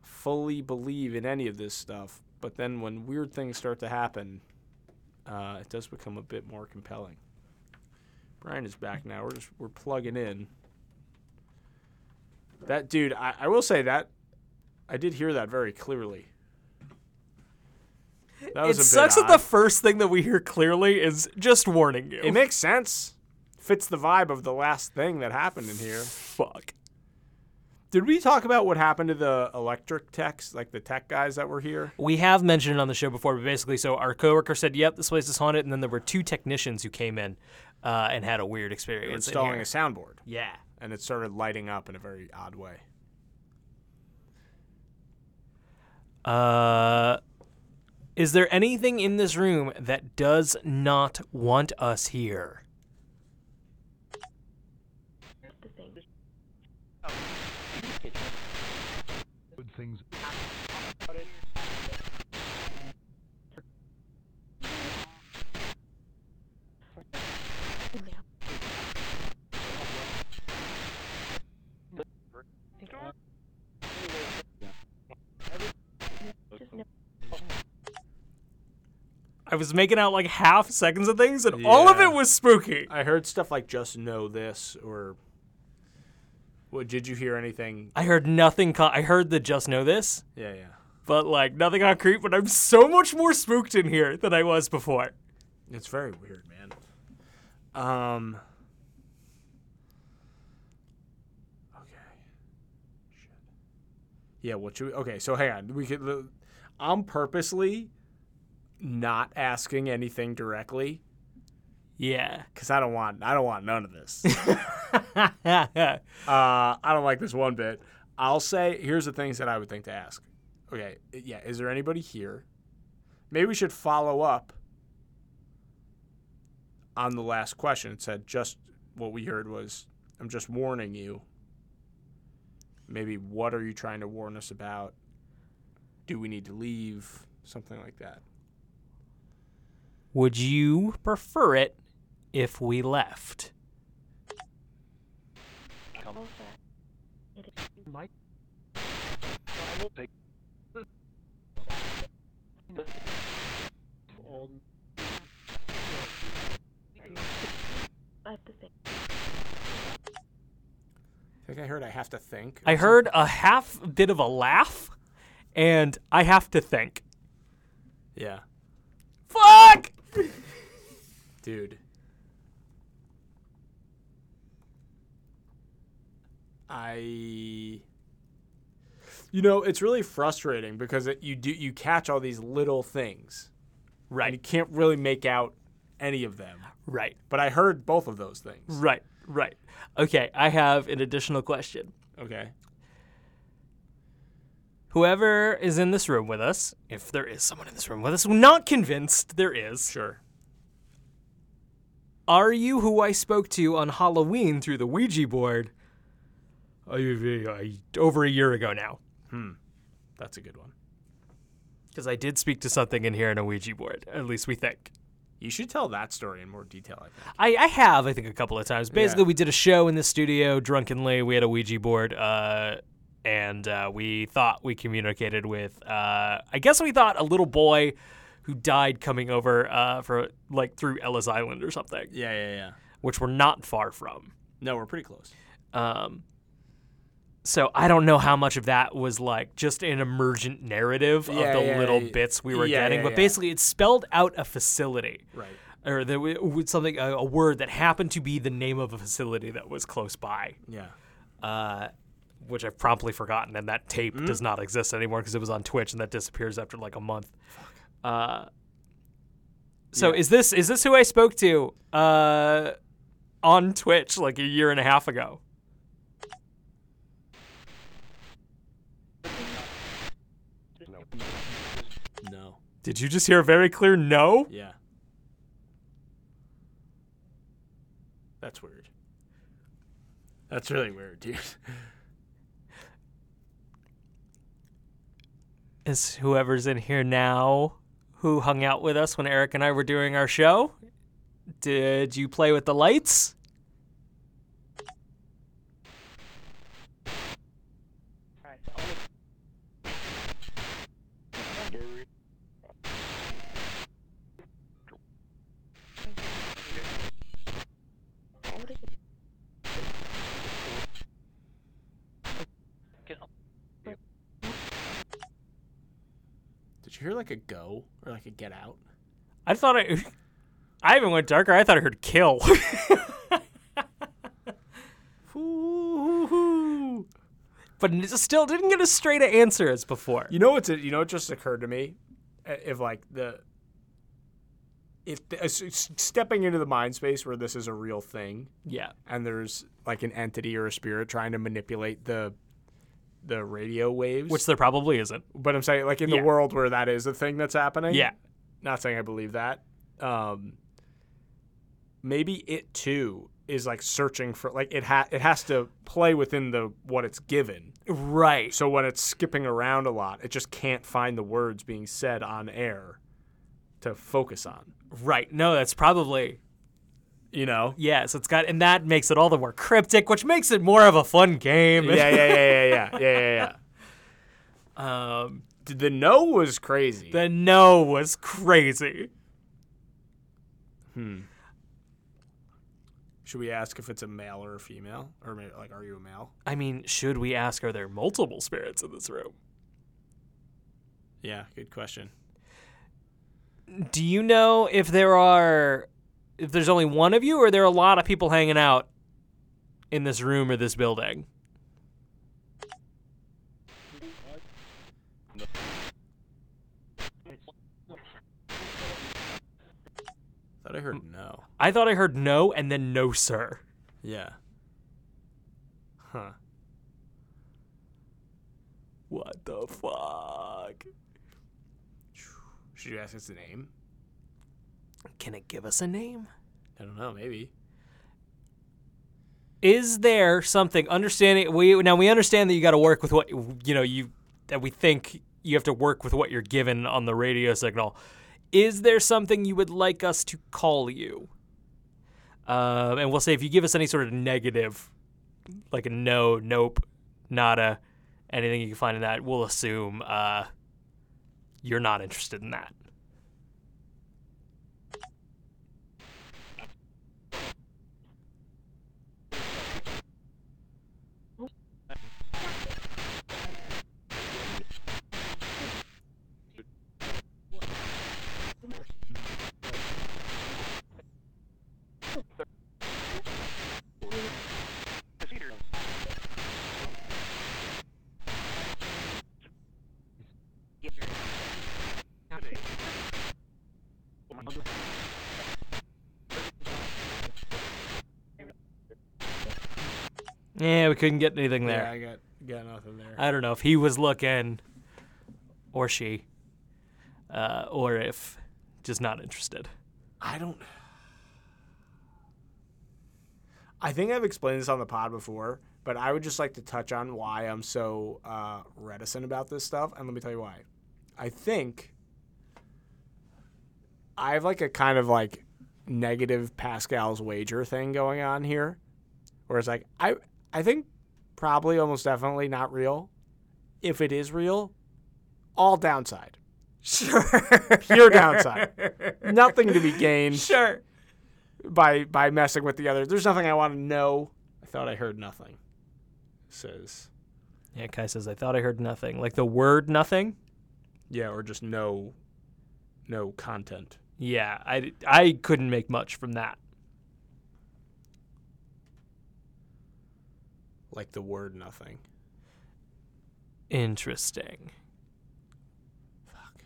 [SPEAKER 2] fully believe in any of this stuff. But then when weird things start to happen, uh, it does become a bit more compelling. Brian is back now. We're just we're plugging in. That dude, I, I will say that I did hear that very clearly. That was
[SPEAKER 3] it
[SPEAKER 2] a bit
[SPEAKER 3] sucks that
[SPEAKER 2] odd.
[SPEAKER 3] the first thing that we hear clearly is just warning you.
[SPEAKER 2] It makes sense. Fits the vibe of the last thing that happened in here.
[SPEAKER 3] fuck.
[SPEAKER 2] Did we talk about what happened to the electric techs, like the tech guys that were here?
[SPEAKER 3] We have mentioned it on the show before, but basically, so our coworker said, "Yep, this place is haunted," and then there were two technicians who came in uh, and had a weird experience. in
[SPEAKER 2] Installing
[SPEAKER 3] here.
[SPEAKER 2] a soundboard,
[SPEAKER 3] yeah,
[SPEAKER 2] and it started lighting up in a very odd way.
[SPEAKER 3] Uh, is there anything in this room that does not want us here?
[SPEAKER 1] The thing.
[SPEAKER 4] good things
[SPEAKER 1] Just know
[SPEAKER 3] I was making out like half seconds of things, and all of
[SPEAKER 2] Yeah.
[SPEAKER 3] it was spooky.
[SPEAKER 2] I heard stuff like "just know this" or. What did you hear anything?
[SPEAKER 3] I heard nothing. Con- I heard the just know this,
[SPEAKER 2] Yeah, yeah.
[SPEAKER 3] but like nothing concrete. But I'm so much more spooked in here than I was before.
[SPEAKER 2] It's very weird, man. Um. Okay. Shit. Yeah. What should we? Okay. So hang on. We could. the- I'm purposely not asking anything directly
[SPEAKER 3] Yeah.
[SPEAKER 2] because I don't want. I don't want none of this.
[SPEAKER 3] yeah.
[SPEAKER 2] Uh, I don't like this one bit. I'll say here's the things that I would think to ask. Okay, yeah, is there anybody here? Maybe we should follow up on the last question. It said just what we heard was I'm just warning you. Maybe what are you trying to warn us about? Do we need to leave? Something like that.
[SPEAKER 3] Would you prefer it if we left?
[SPEAKER 1] all that. It is at the thing.
[SPEAKER 2] I think I heard I have to think.
[SPEAKER 3] I heard a half bit of a laugh, and I have to think.
[SPEAKER 2] Yeah.
[SPEAKER 3] Fuck!
[SPEAKER 2] Dude. I You know, it's really frustrating because it, you do you catch all these little things and you
[SPEAKER 3] Right,
[SPEAKER 2] can't really make out any of them.
[SPEAKER 3] right,
[SPEAKER 2] But I heard both of those things.
[SPEAKER 3] right, right. Okay, I have an additional question.
[SPEAKER 2] Okay.
[SPEAKER 3] Whoever is in this room with us, if there is someone in this room with us, I'm not convinced there is.
[SPEAKER 2] Sure.
[SPEAKER 3] Are you who I spoke to on Halloween through the Ouija board? over a year ago now. Hmm. That's a good one. Because I did speak to something in here in a Ouija board. At least we think.
[SPEAKER 2] You should tell that story in more detail. I think.
[SPEAKER 3] I, I have, I think, a couple of times. Basically, we did a show in the studio drunkenly. We had a Ouija board, uh, and uh, we thought we communicated with, uh, I guess we thought a little boy who died coming over uh, for like through Ellis Island or something,
[SPEAKER 2] Yeah, yeah, yeah.
[SPEAKER 3] which we're not far from.
[SPEAKER 2] No, we're pretty close.
[SPEAKER 3] Um, so I don't know how much of that was like just an emergent narrative
[SPEAKER 2] Yeah,
[SPEAKER 3] of the
[SPEAKER 2] yeah,
[SPEAKER 3] little
[SPEAKER 2] yeah.
[SPEAKER 3] bits we were
[SPEAKER 2] Yeah,
[SPEAKER 3] getting,
[SPEAKER 2] yeah,
[SPEAKER 3] but
[SPEAKER 2] yeah.
[SPEAKER 3] basically it spelled out a facility,
[SPEAKER 2] Right.
[SPEAKER 3] or there w- w- something a, a word that happened to be the name of a facility that was close by,
[SPEAKER 2] Yeah.
[SPEAKER 3] uh, which I've promptly forgotten, and that tape does not exist anymore because it was on Twitch and that disappears after like a month. Uh, so is this is this who I spoke to uh, on Twitch like a year and a half ago?
[SPEAKER 2] No.
[SPEAKER 3] Did you just hear a very clear no?
[SPEAKER 2] Yeah. That's weird. That's really weird, dude.
[SPEAKER 3] Is whoever's in here now who hung out with us when Eric and I were doing our show? Did you play with the lights?
[SPEAKER 2] Did you hear like a go or like a get out?
[SPEAKER 3] I thought I I even went darker. I thought I heard kill. but it still didn't get as straight an answer as before.
[SPEAKER 2] You know what's you know what just occurred to me, Uh, if like the if the, uh, s- s- stepping into the mind space where this is a real thing
[SPEAKER 3] Yeah.
[SPEAKER 2] and there's like an entity or a spirit trying to manipulate the the radio waves,
[SPEAKER 3] Which there probably isn't.
[SPEAKER 2] but I'm saying like in
[SPEAKER 3] Yeah.
[SPEAKER 2] the world where that is the thing that's happening.
[SPEAKER 3] Yeah.
[SPEAKER 2] Not saying I believe that. Um maybe it too is like searching for like it ha- it has to play within the what it's given.
[SPEAKER 3] Right.
[SPEAKER 2] So when it's skipping around a lot, it just can't find the words being said on air to focus on.
[SPEAKER 3] Right. No, that's probably
[SPEAKER 2] You know?
[SPEAKER 3] yes. It's got and that makes it all the more cryptic, which makes it more of a fun game.
[SPEAKER 2] Yeah, yeah, yeah, yeah, yeah, yeah, yeah, yeah.
[SPEAKER 3] Um,
[SPEAKER 2] D- The no was crazy.
[SPEAKER 3] the no was crazy.
[SPEAKER 2] Hmm. Should we ask if it's a male or a female, or maybe, like, are you a male?
[SPEAKER 3] I mean, should we ask are there multiple spirits in this room?
[SPEAKER 2] Yeah, good question.
[SPEAKER 3] Do you know if there are if there's only one of you or are there a lot of people hanging out in this room or this building?
[SPEAKER 2] Thought I heard no.
[SPEAKER 3] I thought I heard no and then no sir.
[SPEAKER 2] Yeah. Huh.
[SPEAKER 3] What the fuck?
[SPEAKER 2] Should you ask us the name?
[SPEAKER 3] Can it give us a name?
[SPEAKER 2] I don't know. Maybe.
[SPEAKER 3] is there something understanding we now we understand that you got to work with what you know you that we think you have to work with what you're given on the radio signal is there something you would like us to call you um, and we'll say if you give us any sort of negative like a no nope nada anything you can find in that we'll assume uh, you're not interested in that yeah we couldn't get anything there
[SPEAKER 2] Yeah, I got got nothing there.
[SPEAKER 3] I don't know if he was looking or she uh, or if just not interested.
[SPEAKER 2] I don't. I think I've explained this on the pod before, But I would just like to touch on why I'm so uh, reticent about this stuff, and let me tell you why. I think I have like a kind of like negative Pascal's wager thing going on here, where it's like I I think probably almost definitely not real. If it is real, all downside,
[SPEAKER 3] Sure.
[SPEAKER 2] pure downside, nothing to be gained
[SPEAKER 3] Sure.
[SPEAKER 2] by by messing with the other. There's nothing I want to know. I thought I heard nothing. Says
[SPEAKER 3] Yeah, Kai says, I thought I heard nothing. Like the word nothing?
[SPEAKER 2] yeah, or just no, no content.
[SPEAKER 3] Yeah, I, I couldn't make much from that.
[SPEAKER 2] Like the word nothing.
[SPEAKER 3] Interesting. Fuck.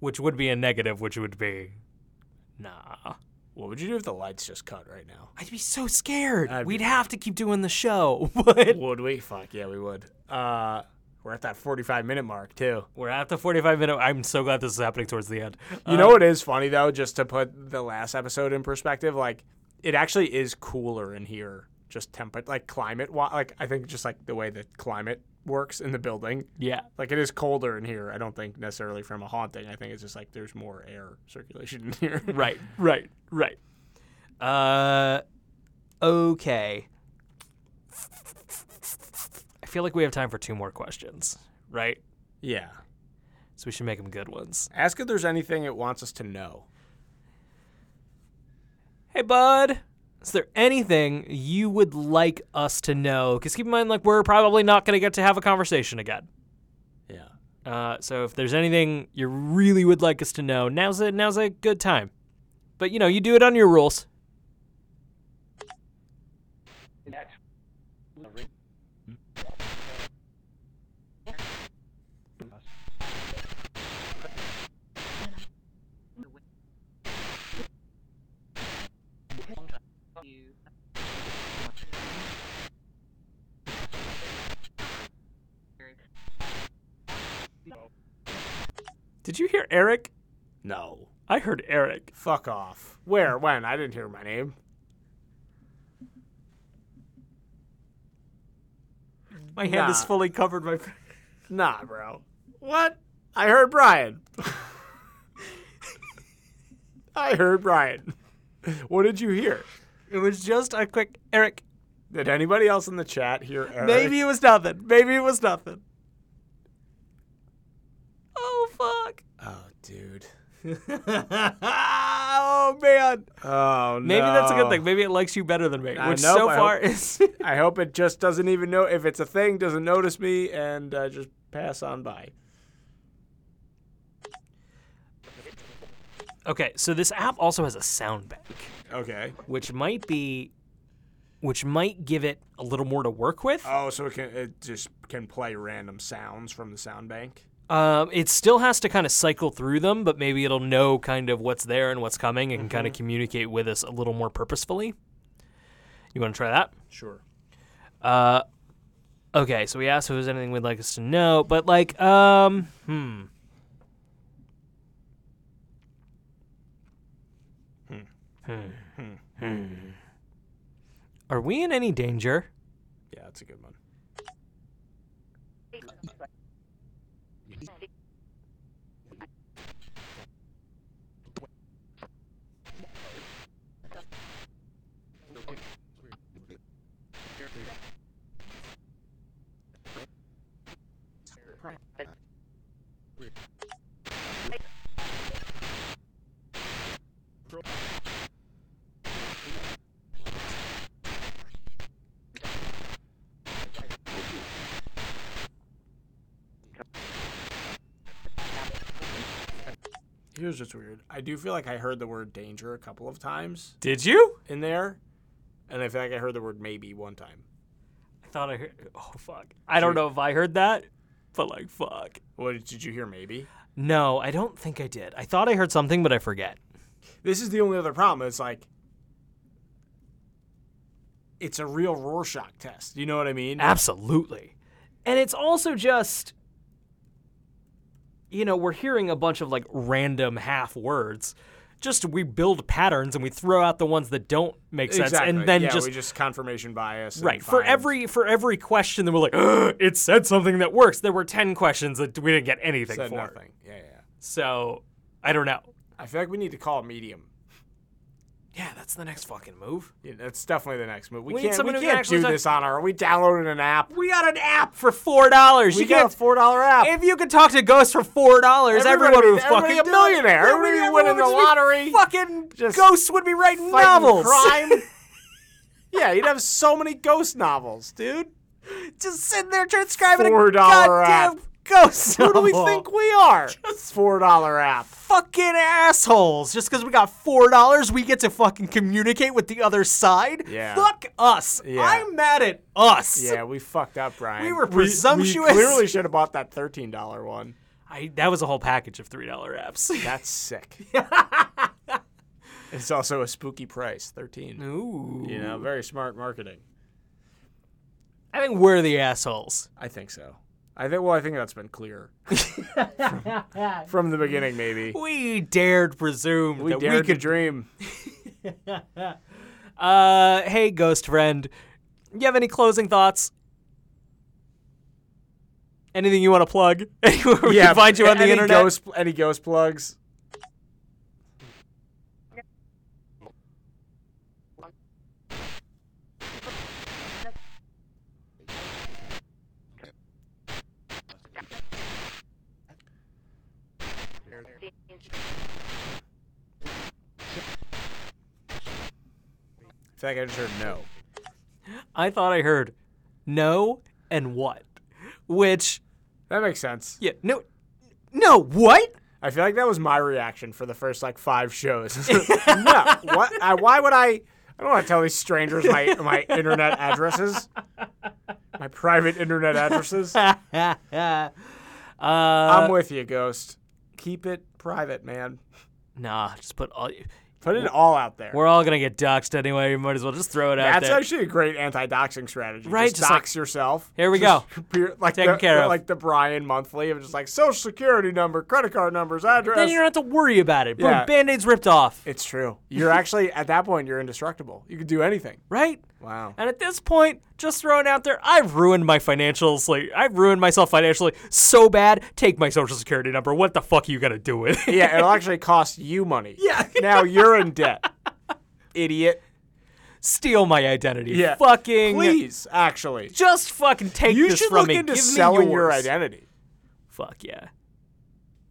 [SPEAKER 3] Which would be a negative, which would be. Nah.
[SPEAKER 2] What would you do if the lights just cut right now?
[SPEAKER 3] I'd be so scared.
[SPEAKER 2] I'd be
[SPEAKER 3] We'd have to keep doing the show, but
[SPEAKER 2] Would we? Fuck yeah, we would. Uh, we're at that 45 minute mark too.
[SPEAKER 3] we're at the 45 minute. I'm so glad this is happening towards the end.
[SPEAKER 2] You know what is funny though, just to put the last episode in perspective, like it actually is cooler in here, just temperate, like climate. wa- Like I think just like the way the climate works in the building,
[SPEAKER 3] Yeah.
[SPEAKER 2] Like it is colder in here. I don't think necessarily from a haunting. I think it's just like there's more air circulation in here.
[SPEAKER 3] Right. Right. Right. Uh, okay. I feel like we have time for two more questions, right?
[SPEAKER 2] Yeah.
[SPEAKER 3] So we should make them good ones.
[SPEAKER 2] Ask if there's anything it wants us to know.
[SPEAKER 3] Hey, bud. Is there anything you would like us to know? Because keep in mind, like, we're probably not going to get to have a conversation again.
[SPEAKER 2] Yeah.
[SPEAKER 3] Uh, so if there's anything you really would like us to know, now's a, now's a good time. But, you know, you do it on your rules. Did you hear Eric?
[SPEAKER 2] No.
[SPEAKER 3] I heard Eric.
[SPEAKER 2] Fuck off. Where? When? I didn't hear my name.
[SPEAKER 3] My hand is
[SPEAKER 2] Nah.
[SPEAKER 3] fully covered by.
[SPEAKER 2] Nah, bro. What? I heard Brian. I heard Brian. What did you hear?
[SPEAKER 3] It was just a quick Eric.
[SPEAKER 2] Did anybody else in the chat hear Eric?
[SPEAKER 3] Maybe it was nothing. Maybe it was nothing. Oh fuck.
[SPEAKER 2] Oh, dude.
[SPEAKER 3] oh man.
[SPEAKER 2] Oh, no.
[SPEAKER 3] Maybe that's a good thing. Maybe it likes you better than me,
[SPEAKER 2] I
[SPEAKER 3] which
[SPEAKER 2] know,
[SPEAKER 3] so
[SPEAKER 2] but I
[SPEAKER 3] far
[SPEAKER 2] hope-
[SPEAKER 3] is.
[SPEAKER 2] I hope it just doesn't even know if it's a thing, doesn't notice me, and uh, just pass on by.
[SPEAKER 3] okay, so this app also has a sound bank,
[SPEAKER 2] Okay.
[SPEAKER 3] which might be, which might give it a little more to work with.
[SPEAKER 2] Oh, so it can it just can play random sounds from the sound bank.
[SPEAKER 3] Um, it still has to kind of cycle through them, but maybe it'll know kind of what's there and what's coming and can
[SPEAKER 2] Mm-hmm.
[SPEAKER 3] kind of communicate with us a little more purposefully. You want to try that?
[SPEAKER 2] Sure.
[SPEAKER 3] Uh, okay, so we asked if there's anything we'd like us to know, but like, um, hmm. Hmm. Hmm. Are we in any danger?
[SPEAKER 2] Yeah, that's a good one. Here's what's weird. I do feel like I heard the word danger a couple of times
[SPEAKER 3] Did you?
[SPEAKER 2] in there, and I feel like I heard the word maybe one time.
[SPEAKER 3] I thought I heard. Oh fuck! I don't know if I heard that, but like, fuck.
[SPEAKER 2] What did you hear? Maybe.
[SPEAKER 3] No, I don't think I did. I thought I heard something, but I forget.
[SPEAKER 2] This is the only other problem. It's like. It's a real Rorschach test. You know what I mean?
[SPEAKER 3] Absolutely. And it's also just, you know, we're hearing a bunch of like random half words. just we build patterns and we throw out the ones that don't make sense,
[SPEAKER 2] exactly.
[SPEAKER 3] and then
[SPEAKER 2] yeah,
[SPEAKER 3] just
[SPEAKER 2] we just confirmation bias. and
[SPEAKER 3] right for
[SPEAKER 2] find-
[SPEAKER 3] every for every question that we're like, "Ugh, it said something that works. There were ten questions that we didn't get anything
[SPEAKER 2] said
[SPEAKER 3] for.
[SPEAKER 2] nothing. Yeah, yeah.
[SPEAKER 3] So I don't know.
[SPEAKER 2] I feel like we need to call medium.
[SPEAKER 3] Yeah, that's the next fucking move.
[SPEAKER 2] Yeah, that's definitely the next move. We,
[SPEAKER 3] We need
[SPEAKER 2] can't. We
[SPEAKER 3] someone who can
[SPEAKER 2] can't
[SPEAKER 3] actually
[SPEAKER 2] do
[SPEAKER 3] talk-
[SPEAKER 2] this on our. We downloaded an app.
[SPEAKER 3] We got an app for four dollars.
[SPEAKER 2] We
[SPEAKER 3] You
[SPEAKER 2] got
[SPEAKER 3] can't.
[SPEAKER 2] a four dollar app.
[SPEAKER 3] If you could talk to ghosts for four dollars,
[SPEAKER 2] Everybody
[SPEAKER 3] everyone
[SPEAKER 2] be-
[SPEAKER 3] would be
[SPEAKER 2] everybody
[SPEAKER 3] fucking
[SPEAKER 2] a
[SPEAKER 3] do it.
[SPEAKER 2] millionaire.
[SPEAKER 3] Everybody-
[SPEAKER 2] Everybody winning the
[SPEAKER 3] everyone would just
[SPEAKER 2] lottery.
[SPEAKER 3] be Fucking
[SPEAKER 2] Just
[SPEAKER 3] ghosts would be writing
[SPEAKER 2] Fighting
[SPEAKER 3] novels.
[SPEAKER 2] Crime. yeah, you'd have so many ghost novels, dude.
[SPEAKER 3] just sitting there transcribing
[SPEAKER 2] Four
[SPEAKER 3] a
[SPEAKER 2] dollar app.
[SPEAKER 3] goddamn ghost.
[SPEAKER 2] Who do we
[SPEAKER 3] novel.
[SPEAKER 2] think we are? Four dollar app.
[SPEAKER 3] Fucking assholes. Just because we got four dollars, we get to fucking communicate with the other side.
[SPEAKER 2] Yeah.
[SPEAKER 3] Fuck us.
[SPEAKER 2] Yeah.
[SPEAKER 3] I'm mad at us.
[SPEAKER 2] Yeah, we fucked up, Brian.
[SPEAKER 3] We were presumptuous.
[SPEAKER 2] We clearly should have bought that thirteen dollar one.
[SPEAKER 3] I, that was a whole package of three dollar apps.
[SPEAKER 2] That's sick. it's also a spooky price, thirteen.
[SPEAKER 3] Ooh.
[SPEAKER 2] You know, very smart marketing.
[SPEAKER 3] I think we're the assholes.
[SPEAKER 2] I think so. I think. Well, I think that's been clear from, from the beginning. Maybe
[SPEAKER 3] We dared presume
[SPEAKER 2] we
[SPEAKER 3] that
[SPEAKER 2] dared
[SPEAKER 3] we
[SPEAKER 2] to
[SPEAKER 3] could
[SPEAKER 2] dream.
[SPEAKER 3] Uh, hey, ghost friend, you have any closing thoughts? Anything you want to plug? Anywhere we can find you on the
[SPEAKER 2] any
[SPEAKER 3] internet?
[SPEAKER 2] Ghost, any ghost plugs? I feel like I just heard no.
[SPEAKER 3] I thought I heard no and what, which
[SPEAKER 2] That makes sense.
[SPEAKER 3] yeah no no what
[SPEAKER 2] I feel like that was my reaction for the first like five shows. no, what? I, why would I? I don't want to tell these strangers my my internet addresses, my private internet addresses.
[SPEAKER 3] uh,
[SPEAKER 2] I'm with you, Ghost. Keep it private, man.
[SPEAKER 3] nah just put all
[SPEAKER 2] Put it all out there.
[SPEAKER 3] we're all gonna get doxxed anyway. We might as well just throw it out
[SPEAKER 2] That's
[SPEAKER 3] there.
[SPEAKER 2] actually a great anti-doxing strategy.
[SPEAKER 3] Right,
[SPEAKER 2] just
[SPEAKER 3] just
[SPEAKER 2] dox yourself.
[SPEAKER 3] here we
[SPEAKER 2] Just appear- like
[SPEAKER 3] Taken
[SPEAKER 2] the,
[SPEAKER 3] care of.
[SPEAKER 2] like the Brian monthly of just like social security number, credit card numbers, address.
[SPEAKER 3] then you don't have to worry about it. Boom,
[SPEAKER 2] Yeah.
[SPEAKER 3] Band-Aid's ripped off,
[SPEAKER 2] it's true. You're actually at that point you're indestructible. You can do anything.
[SPEAKER 3] right?
[SPEAKER 2] Wow.
[SPEAKER 3] And at this point, just throwing out there, I've ruined my financials. Like I've ruined myself financially so bad. Take my social security number. What the fuck are you gonna do with it,
[SPEAKER 2] Yeah, it'll actually cost you money. Yeah. Now you're in debt. Idiot.
[SPEAKER 3] Steal my identity.
[SPEAKER 2] Yeah.
[SPEAKER 3] Fucking
[SPEAKER 2] Please, actually.
[SPEAKER 3] Just fucking take
[SPEAKER 2] You
[SPEAKER 3] this
[SPEAKER 2] should
[SPEAKER 3] from
[SPEAKER 2] look
[SPEAKER 3] me.
[SPEAKER 2] into
[SPEAKER 3] Give
[SPEAKER 2] selling
[SPEAKER 3] me
[SPEAKER 2] your
[SPEAKER 3] yours.
[SPEAKER 2] identity.
[SPEAKER 3] Fuck yeah.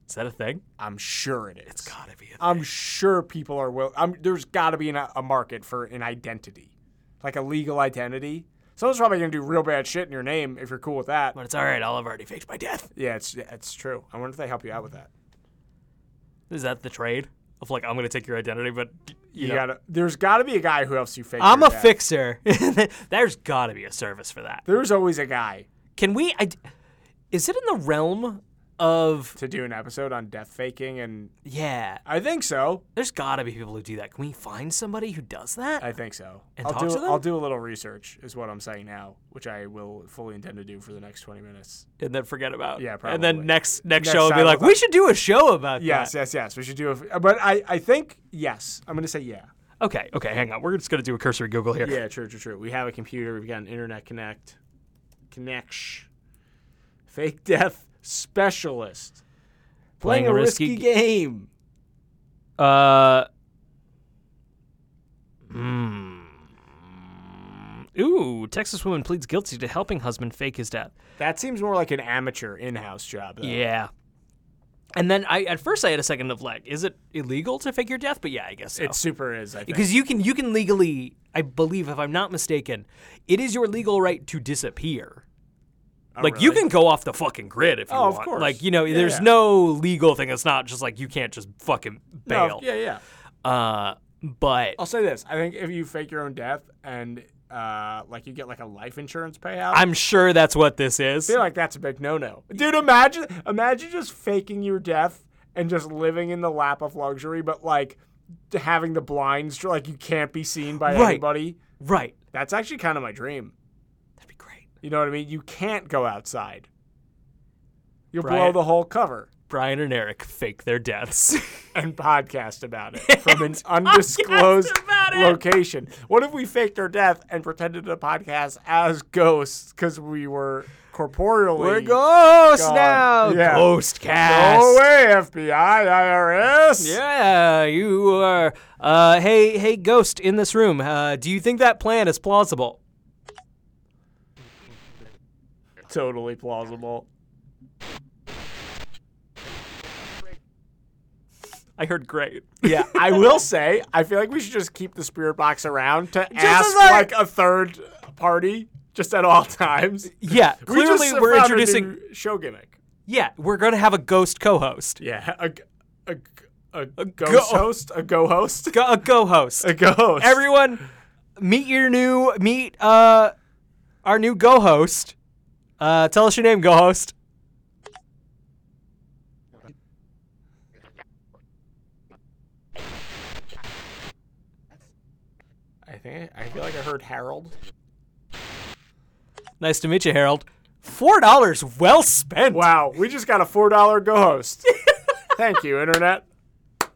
[SPEAKER 3] Is that a thing?
[SPEAKER 2] I'm sure it is. It's
[SPEAKER 3] Gotta be a
[SPEAKER 2] I'm sure people are will. I'm, there's got to be an, a market for an identity, like a legal identity. Someone's probably gonna do real bad shit in your name if you're cool with that.
[SPEAKER 3] But it's all right. I'll have already faked my death.
[SPEAKER 2] Yeah, it's it's true. I wonder if they help you out with that.
[SPEAKER 3] Is that the trade of like I'm gonna take your identity, but
[SPEAKER 2] You
[SPEAKER 3] know,
[SPEAKER 2] gotta. There's got to be a guy who helps you fake.
[SPEAKER 3] I'm
[SPEAKER 2] your
[SPEAKER 3] a
[SPEAKER 2] death.
[SPEAKER 3] fixer. There's gotta be a service for that.
[SPEAKER 2] There's always a guy
[SPEAKER 3] Can we? I, is it in the realm of
[SPEAKER 2] to do an episode on death faking, and
[SPEAKER 3] yeah?
[SPEAKER 2] I think so.
[SPEAKER 3] There's gotta be people who do that. Can we find somebody who does that?
[SPEAKER 2] I think so.
[SPEAKER 3] And
[SPEAKER 2] I'll
[SPEAKER 3] talk
[SPEAKER 2] do.
[SPEAKER 3] to them?
[SPEAKER 2] I'll do a little research, is what I'm saying now, which I will fully intend to do for the next 20 minutes.
[SPEAKER 3] and then forget about.
[SPEAKER 2] Yeah,
[SPEAKER 3] And
[SPEAKER 2] probably.
[SPEAKER 3] then next next,
[SPEAKER 2] Next
[SPEAKER 3] show will
[SPEAKER 2] time
[SPEAKER 3] be like,
[SPEAKER 2] we'll-
[SPEAKER 3] we should do a show about
[SPEAKER 2] Yes,
[SPEAKER 3] that.
[SPEAKER 2] yes, yes. We should do a. But I, I think yes. I'm gonna say yeah.
[SPEAKER 3] Okay, okay, hang on. We're just gonna do a cursory Google here.
[SPEAKER 2] Yeah, true, true, true. We have a computer. We've got an internet connect. Connection. Fake death specialist. Playing, a risky, game.
[SPEAKER 3] Uh. Hmm. Ooh, Texas woman pleads guilty to helping husband fake his death.
[SPEAKER 2] That seems more like an amateur in-house job. Though.
[SPEAKER 3] Yeah. And then I at first I had a second of like, is it illegal to fake your death? But yeah, I guess so.
[SPEAKER 2] It super is. I think.
[SPEAKER 3] because you can you can legally, I believe, if I'm not mistaken, it is your legal right to disappear.
[SPEAKER 2] Oh,
[SPEAKER 3] like you
[SPEAKER 2] really?
[SPEAKER 3] can go off the fucking grid if you
[SPEAKER 2] Oh, of
[SPEAKER 3] want.
[SPEAKER 2] course.
[SPEAKER 3] Like you know,
[SPEAKER 2] Yeah,
[SPEAKER 3] there's
[SPEAKER 2] yeah.
[SPEAKER 3] no legal thing. It's not just like you can't just fucking
[SPEAKER 2] No,
[SPEAKER 3] bail.
[SPEAKER 2] yeah, yeah.
[SPEAKER 3] Uh, but
[SPEAKER 2] I'll say this. I think if you fake your own death and uh, like you get like a life insurance payout,
[SPEAKER 3] I'm sure that's what this is.
[SPEAKER 2] I feel like that's a big no-no. Dude, imagine imagine just faking your death and just living in the lap of luxury, but like having the blinds dr- like you can't be seen by
[SPEAKER 3] Right.
[SPEAKER 2] anybody.
[SPEAKER 3] Right.
[SPEAKER 2] That's actually kind of my dream.
[SPEAKER 3] That'd be great.
[SPEAKER 2] You know what I mean? You can't go outside. You'll blow
[SPEAKER 3] Brian-
[SPEAKER 2] the whole cover.
[SPEAKER 3] Brian and Eric fake their deaths.
[SPEAKER 2] and podcast about it from an undisclosed
[SPEAKER 3] about it.
[SPEAKER 2] location. What if we faked our death and pretended a podcast as ghosts because we were corporeally
[SPEAKER 3] We're ghosts
[SPEAKER 2] gone?
[SPEAKER 3] now.
[SPEAKER 2] Yeah.
[SPEAKER 3] Ghost cast.
[SPEAKER 2] Go away, FBI, IRS.
[SPEAKER 3] Yeah, you are. Uh, hey, hey, ghost in this room. Uh, do you think that plan is plausible?
[SPEAKER 2] totally plausible.
[SPEAKER 3] I heard great.
[SPEAKER 2] Yeah, I will say, I feel like we should just keep the spirit box around to
[SPEAKER 3] as
[SPEAKER 2] ask
[SPEAKER 3] I-
[SPEAKER 2] like a third party just at all times.
[SPEAKER 3] Yeah,
[SPEAKER 2] We just
[SPEAKER 3] clearly we're
[SPEAKER 2] found a new
[SPEAKER 3] introducing.
[SPEAKER 2] show gimmick.
[SPEAKER 3] Yeah, we're gonna have a ghost co-host.
[SPEAKER 2] Yeah, a g- a g- a ghost
[SPEAKER 3] go-
[SPEAKER 2] host, a go host,
[SPEAKER 3] Go- a co-host.
[SPEAKER 2] a go host.
[SPEAKER 3] Everyone, meet your new meet uh, our new go-host. Uh, tell us your name, go-host.
[SPEAKER 2] I think I feel like I heard Harold.
[SPEAKER 3] Nice to meet you, Harold. Four dollars, well spent.
[SPEAKER 2] Wow, we just got a four dollar go host. Thank you, internet.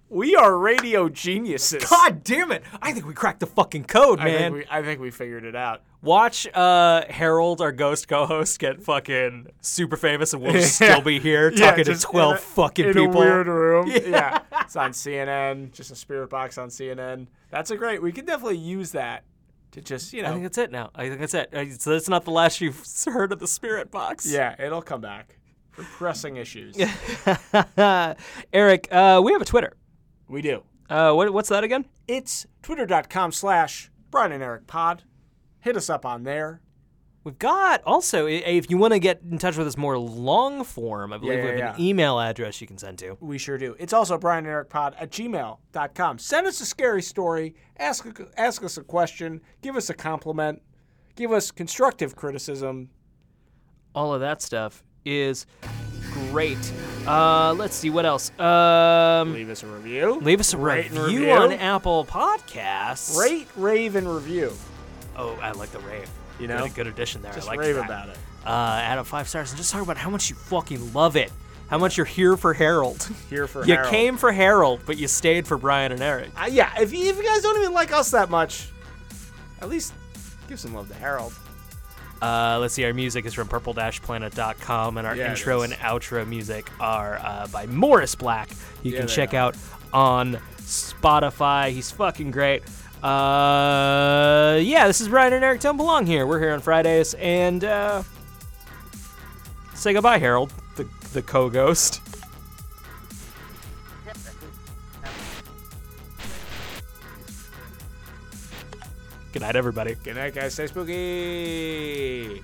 [SPEAKER 2] We are radio geniuses.
[SPEAKER 3] God damn it! I think we cracked the fucking code,
[SPEAKER 2] I
[SPEAKER 3] man.
[SPEAKER 2] think we, I think we figured it out.
[SPEAKER 3] Watch uh, Harold, our ghost co-host, get fucking super famous, and we'll just still be here
[SPEAKER 2] Yeah,
[SPEAKER 3] talking
[SPEAKER 2] just
[SPEAKER 3] to
[SPEAKER 2] in
[SPEAKER 3] twelve
[SPEAKER 2] a-
[SPEAKER 3] fucking
[SPEAKER 2] in
[SPEAKER 3] people.
[SPEAKER 2] a weird room. Yeah. it's on CNN. Just a spirit box on CNN. That's a great. We could definitely use that to just you
[SPEAKER 3] I think
[SPEAKER 2] know.
[SPEAKER 3] that's it now. I think that's it. Uh, So that's not the last you've heard of the spirit box.
[SPEAKER 2] Yeah, it'll come back for pressing issues.
[SPEAKER 3] Yeah. Eric, uh, we have a Twitter.
[SPEAKER 2] we do.
[SPEAKER 3] Uh, what, what's that again?
[SPEAKER 2] It's twitter.com slash Brian and Eric Pod. Hit us up on there.
[SPEAKER 3] We've got also i- if you want to get in touch with us more long form, I believe
[SPEAKER 2] Yeah,
[SPEAKER 3] we have
[SPEAKER 2] yeah,
[SPEAKER 3] an
[SPEAKER 2] yeah.
[SPEAKER 3] email address you can send to.
[SPEAKER 2] We sure do. It's also Brian and Eric Pod at gmail.com. Send us a scary story. Ask, ask us a question. Give us a compliment. Give us constructive criticism.
[SPEAKER 3] all of that stuff is great. Uh, let's see what else. Um,
[SPEAKER 2] Leave us a review.
[SPEAKER 3] leave us a
[SPEAKER 2] Rate and
[SPEAKER 3] review,
[SPEAKER 2] review.
[SPEAKER 3] on Apple Podcasts.
[SPEAKER 2] Rate, rave, and review.
[SPEAKER 3] Oh, I like the rave.
[SPEAKER 2] You
[SPEAKER 3] Good-
[SPEAKER 2] know?
[SPEAKER 3] good, addition there.
[SPEAKER 2] Just
[SPEAKER 3] I like
[SPEAKER 2] rave
[SPEAKER 3] that.
[SPEAKER 2] about it.
[SPEAKER 3] Uh, out of five stars, and just talk about how much you fucking love it. How much you're here for Harold.
[SPEAKER 2] Here for
[SPEAKER 3] you
[SPEAKER 2] Harold.
[SPEAKER 3] came for Harold, but you stayed for Brian and Eric.
[SPEAKER 2] Uh, yeah, if you, if you guys don't even like us that much, at least give some love to Harold.
[SPEAKER 3] Uh, let's see, our music is from purple-planet.com, and our
[SPEAKER 2] Yeah, it
[SPEAKER 3] intro
[SPEAKER 2] is.
[SPEAKER 3] and outro music are uh, by Morris Black. You
[SPEAKER 2] Yeah,
[SPEAKER 3] can
[SPEAKER 2] they
[SPEAKER 3] check
[SPEAKER 2] are.
[SPEAKER 3] out on Spotify. He's fucking great. Uh, yeah, this is Brian and Eric. Don't belong here. We're here on Fridays, and uh, say goodbye, Harold, the the co-ghost. Good night, everybody.
[SPEAKER 2] Good night, guys. Stay spooky.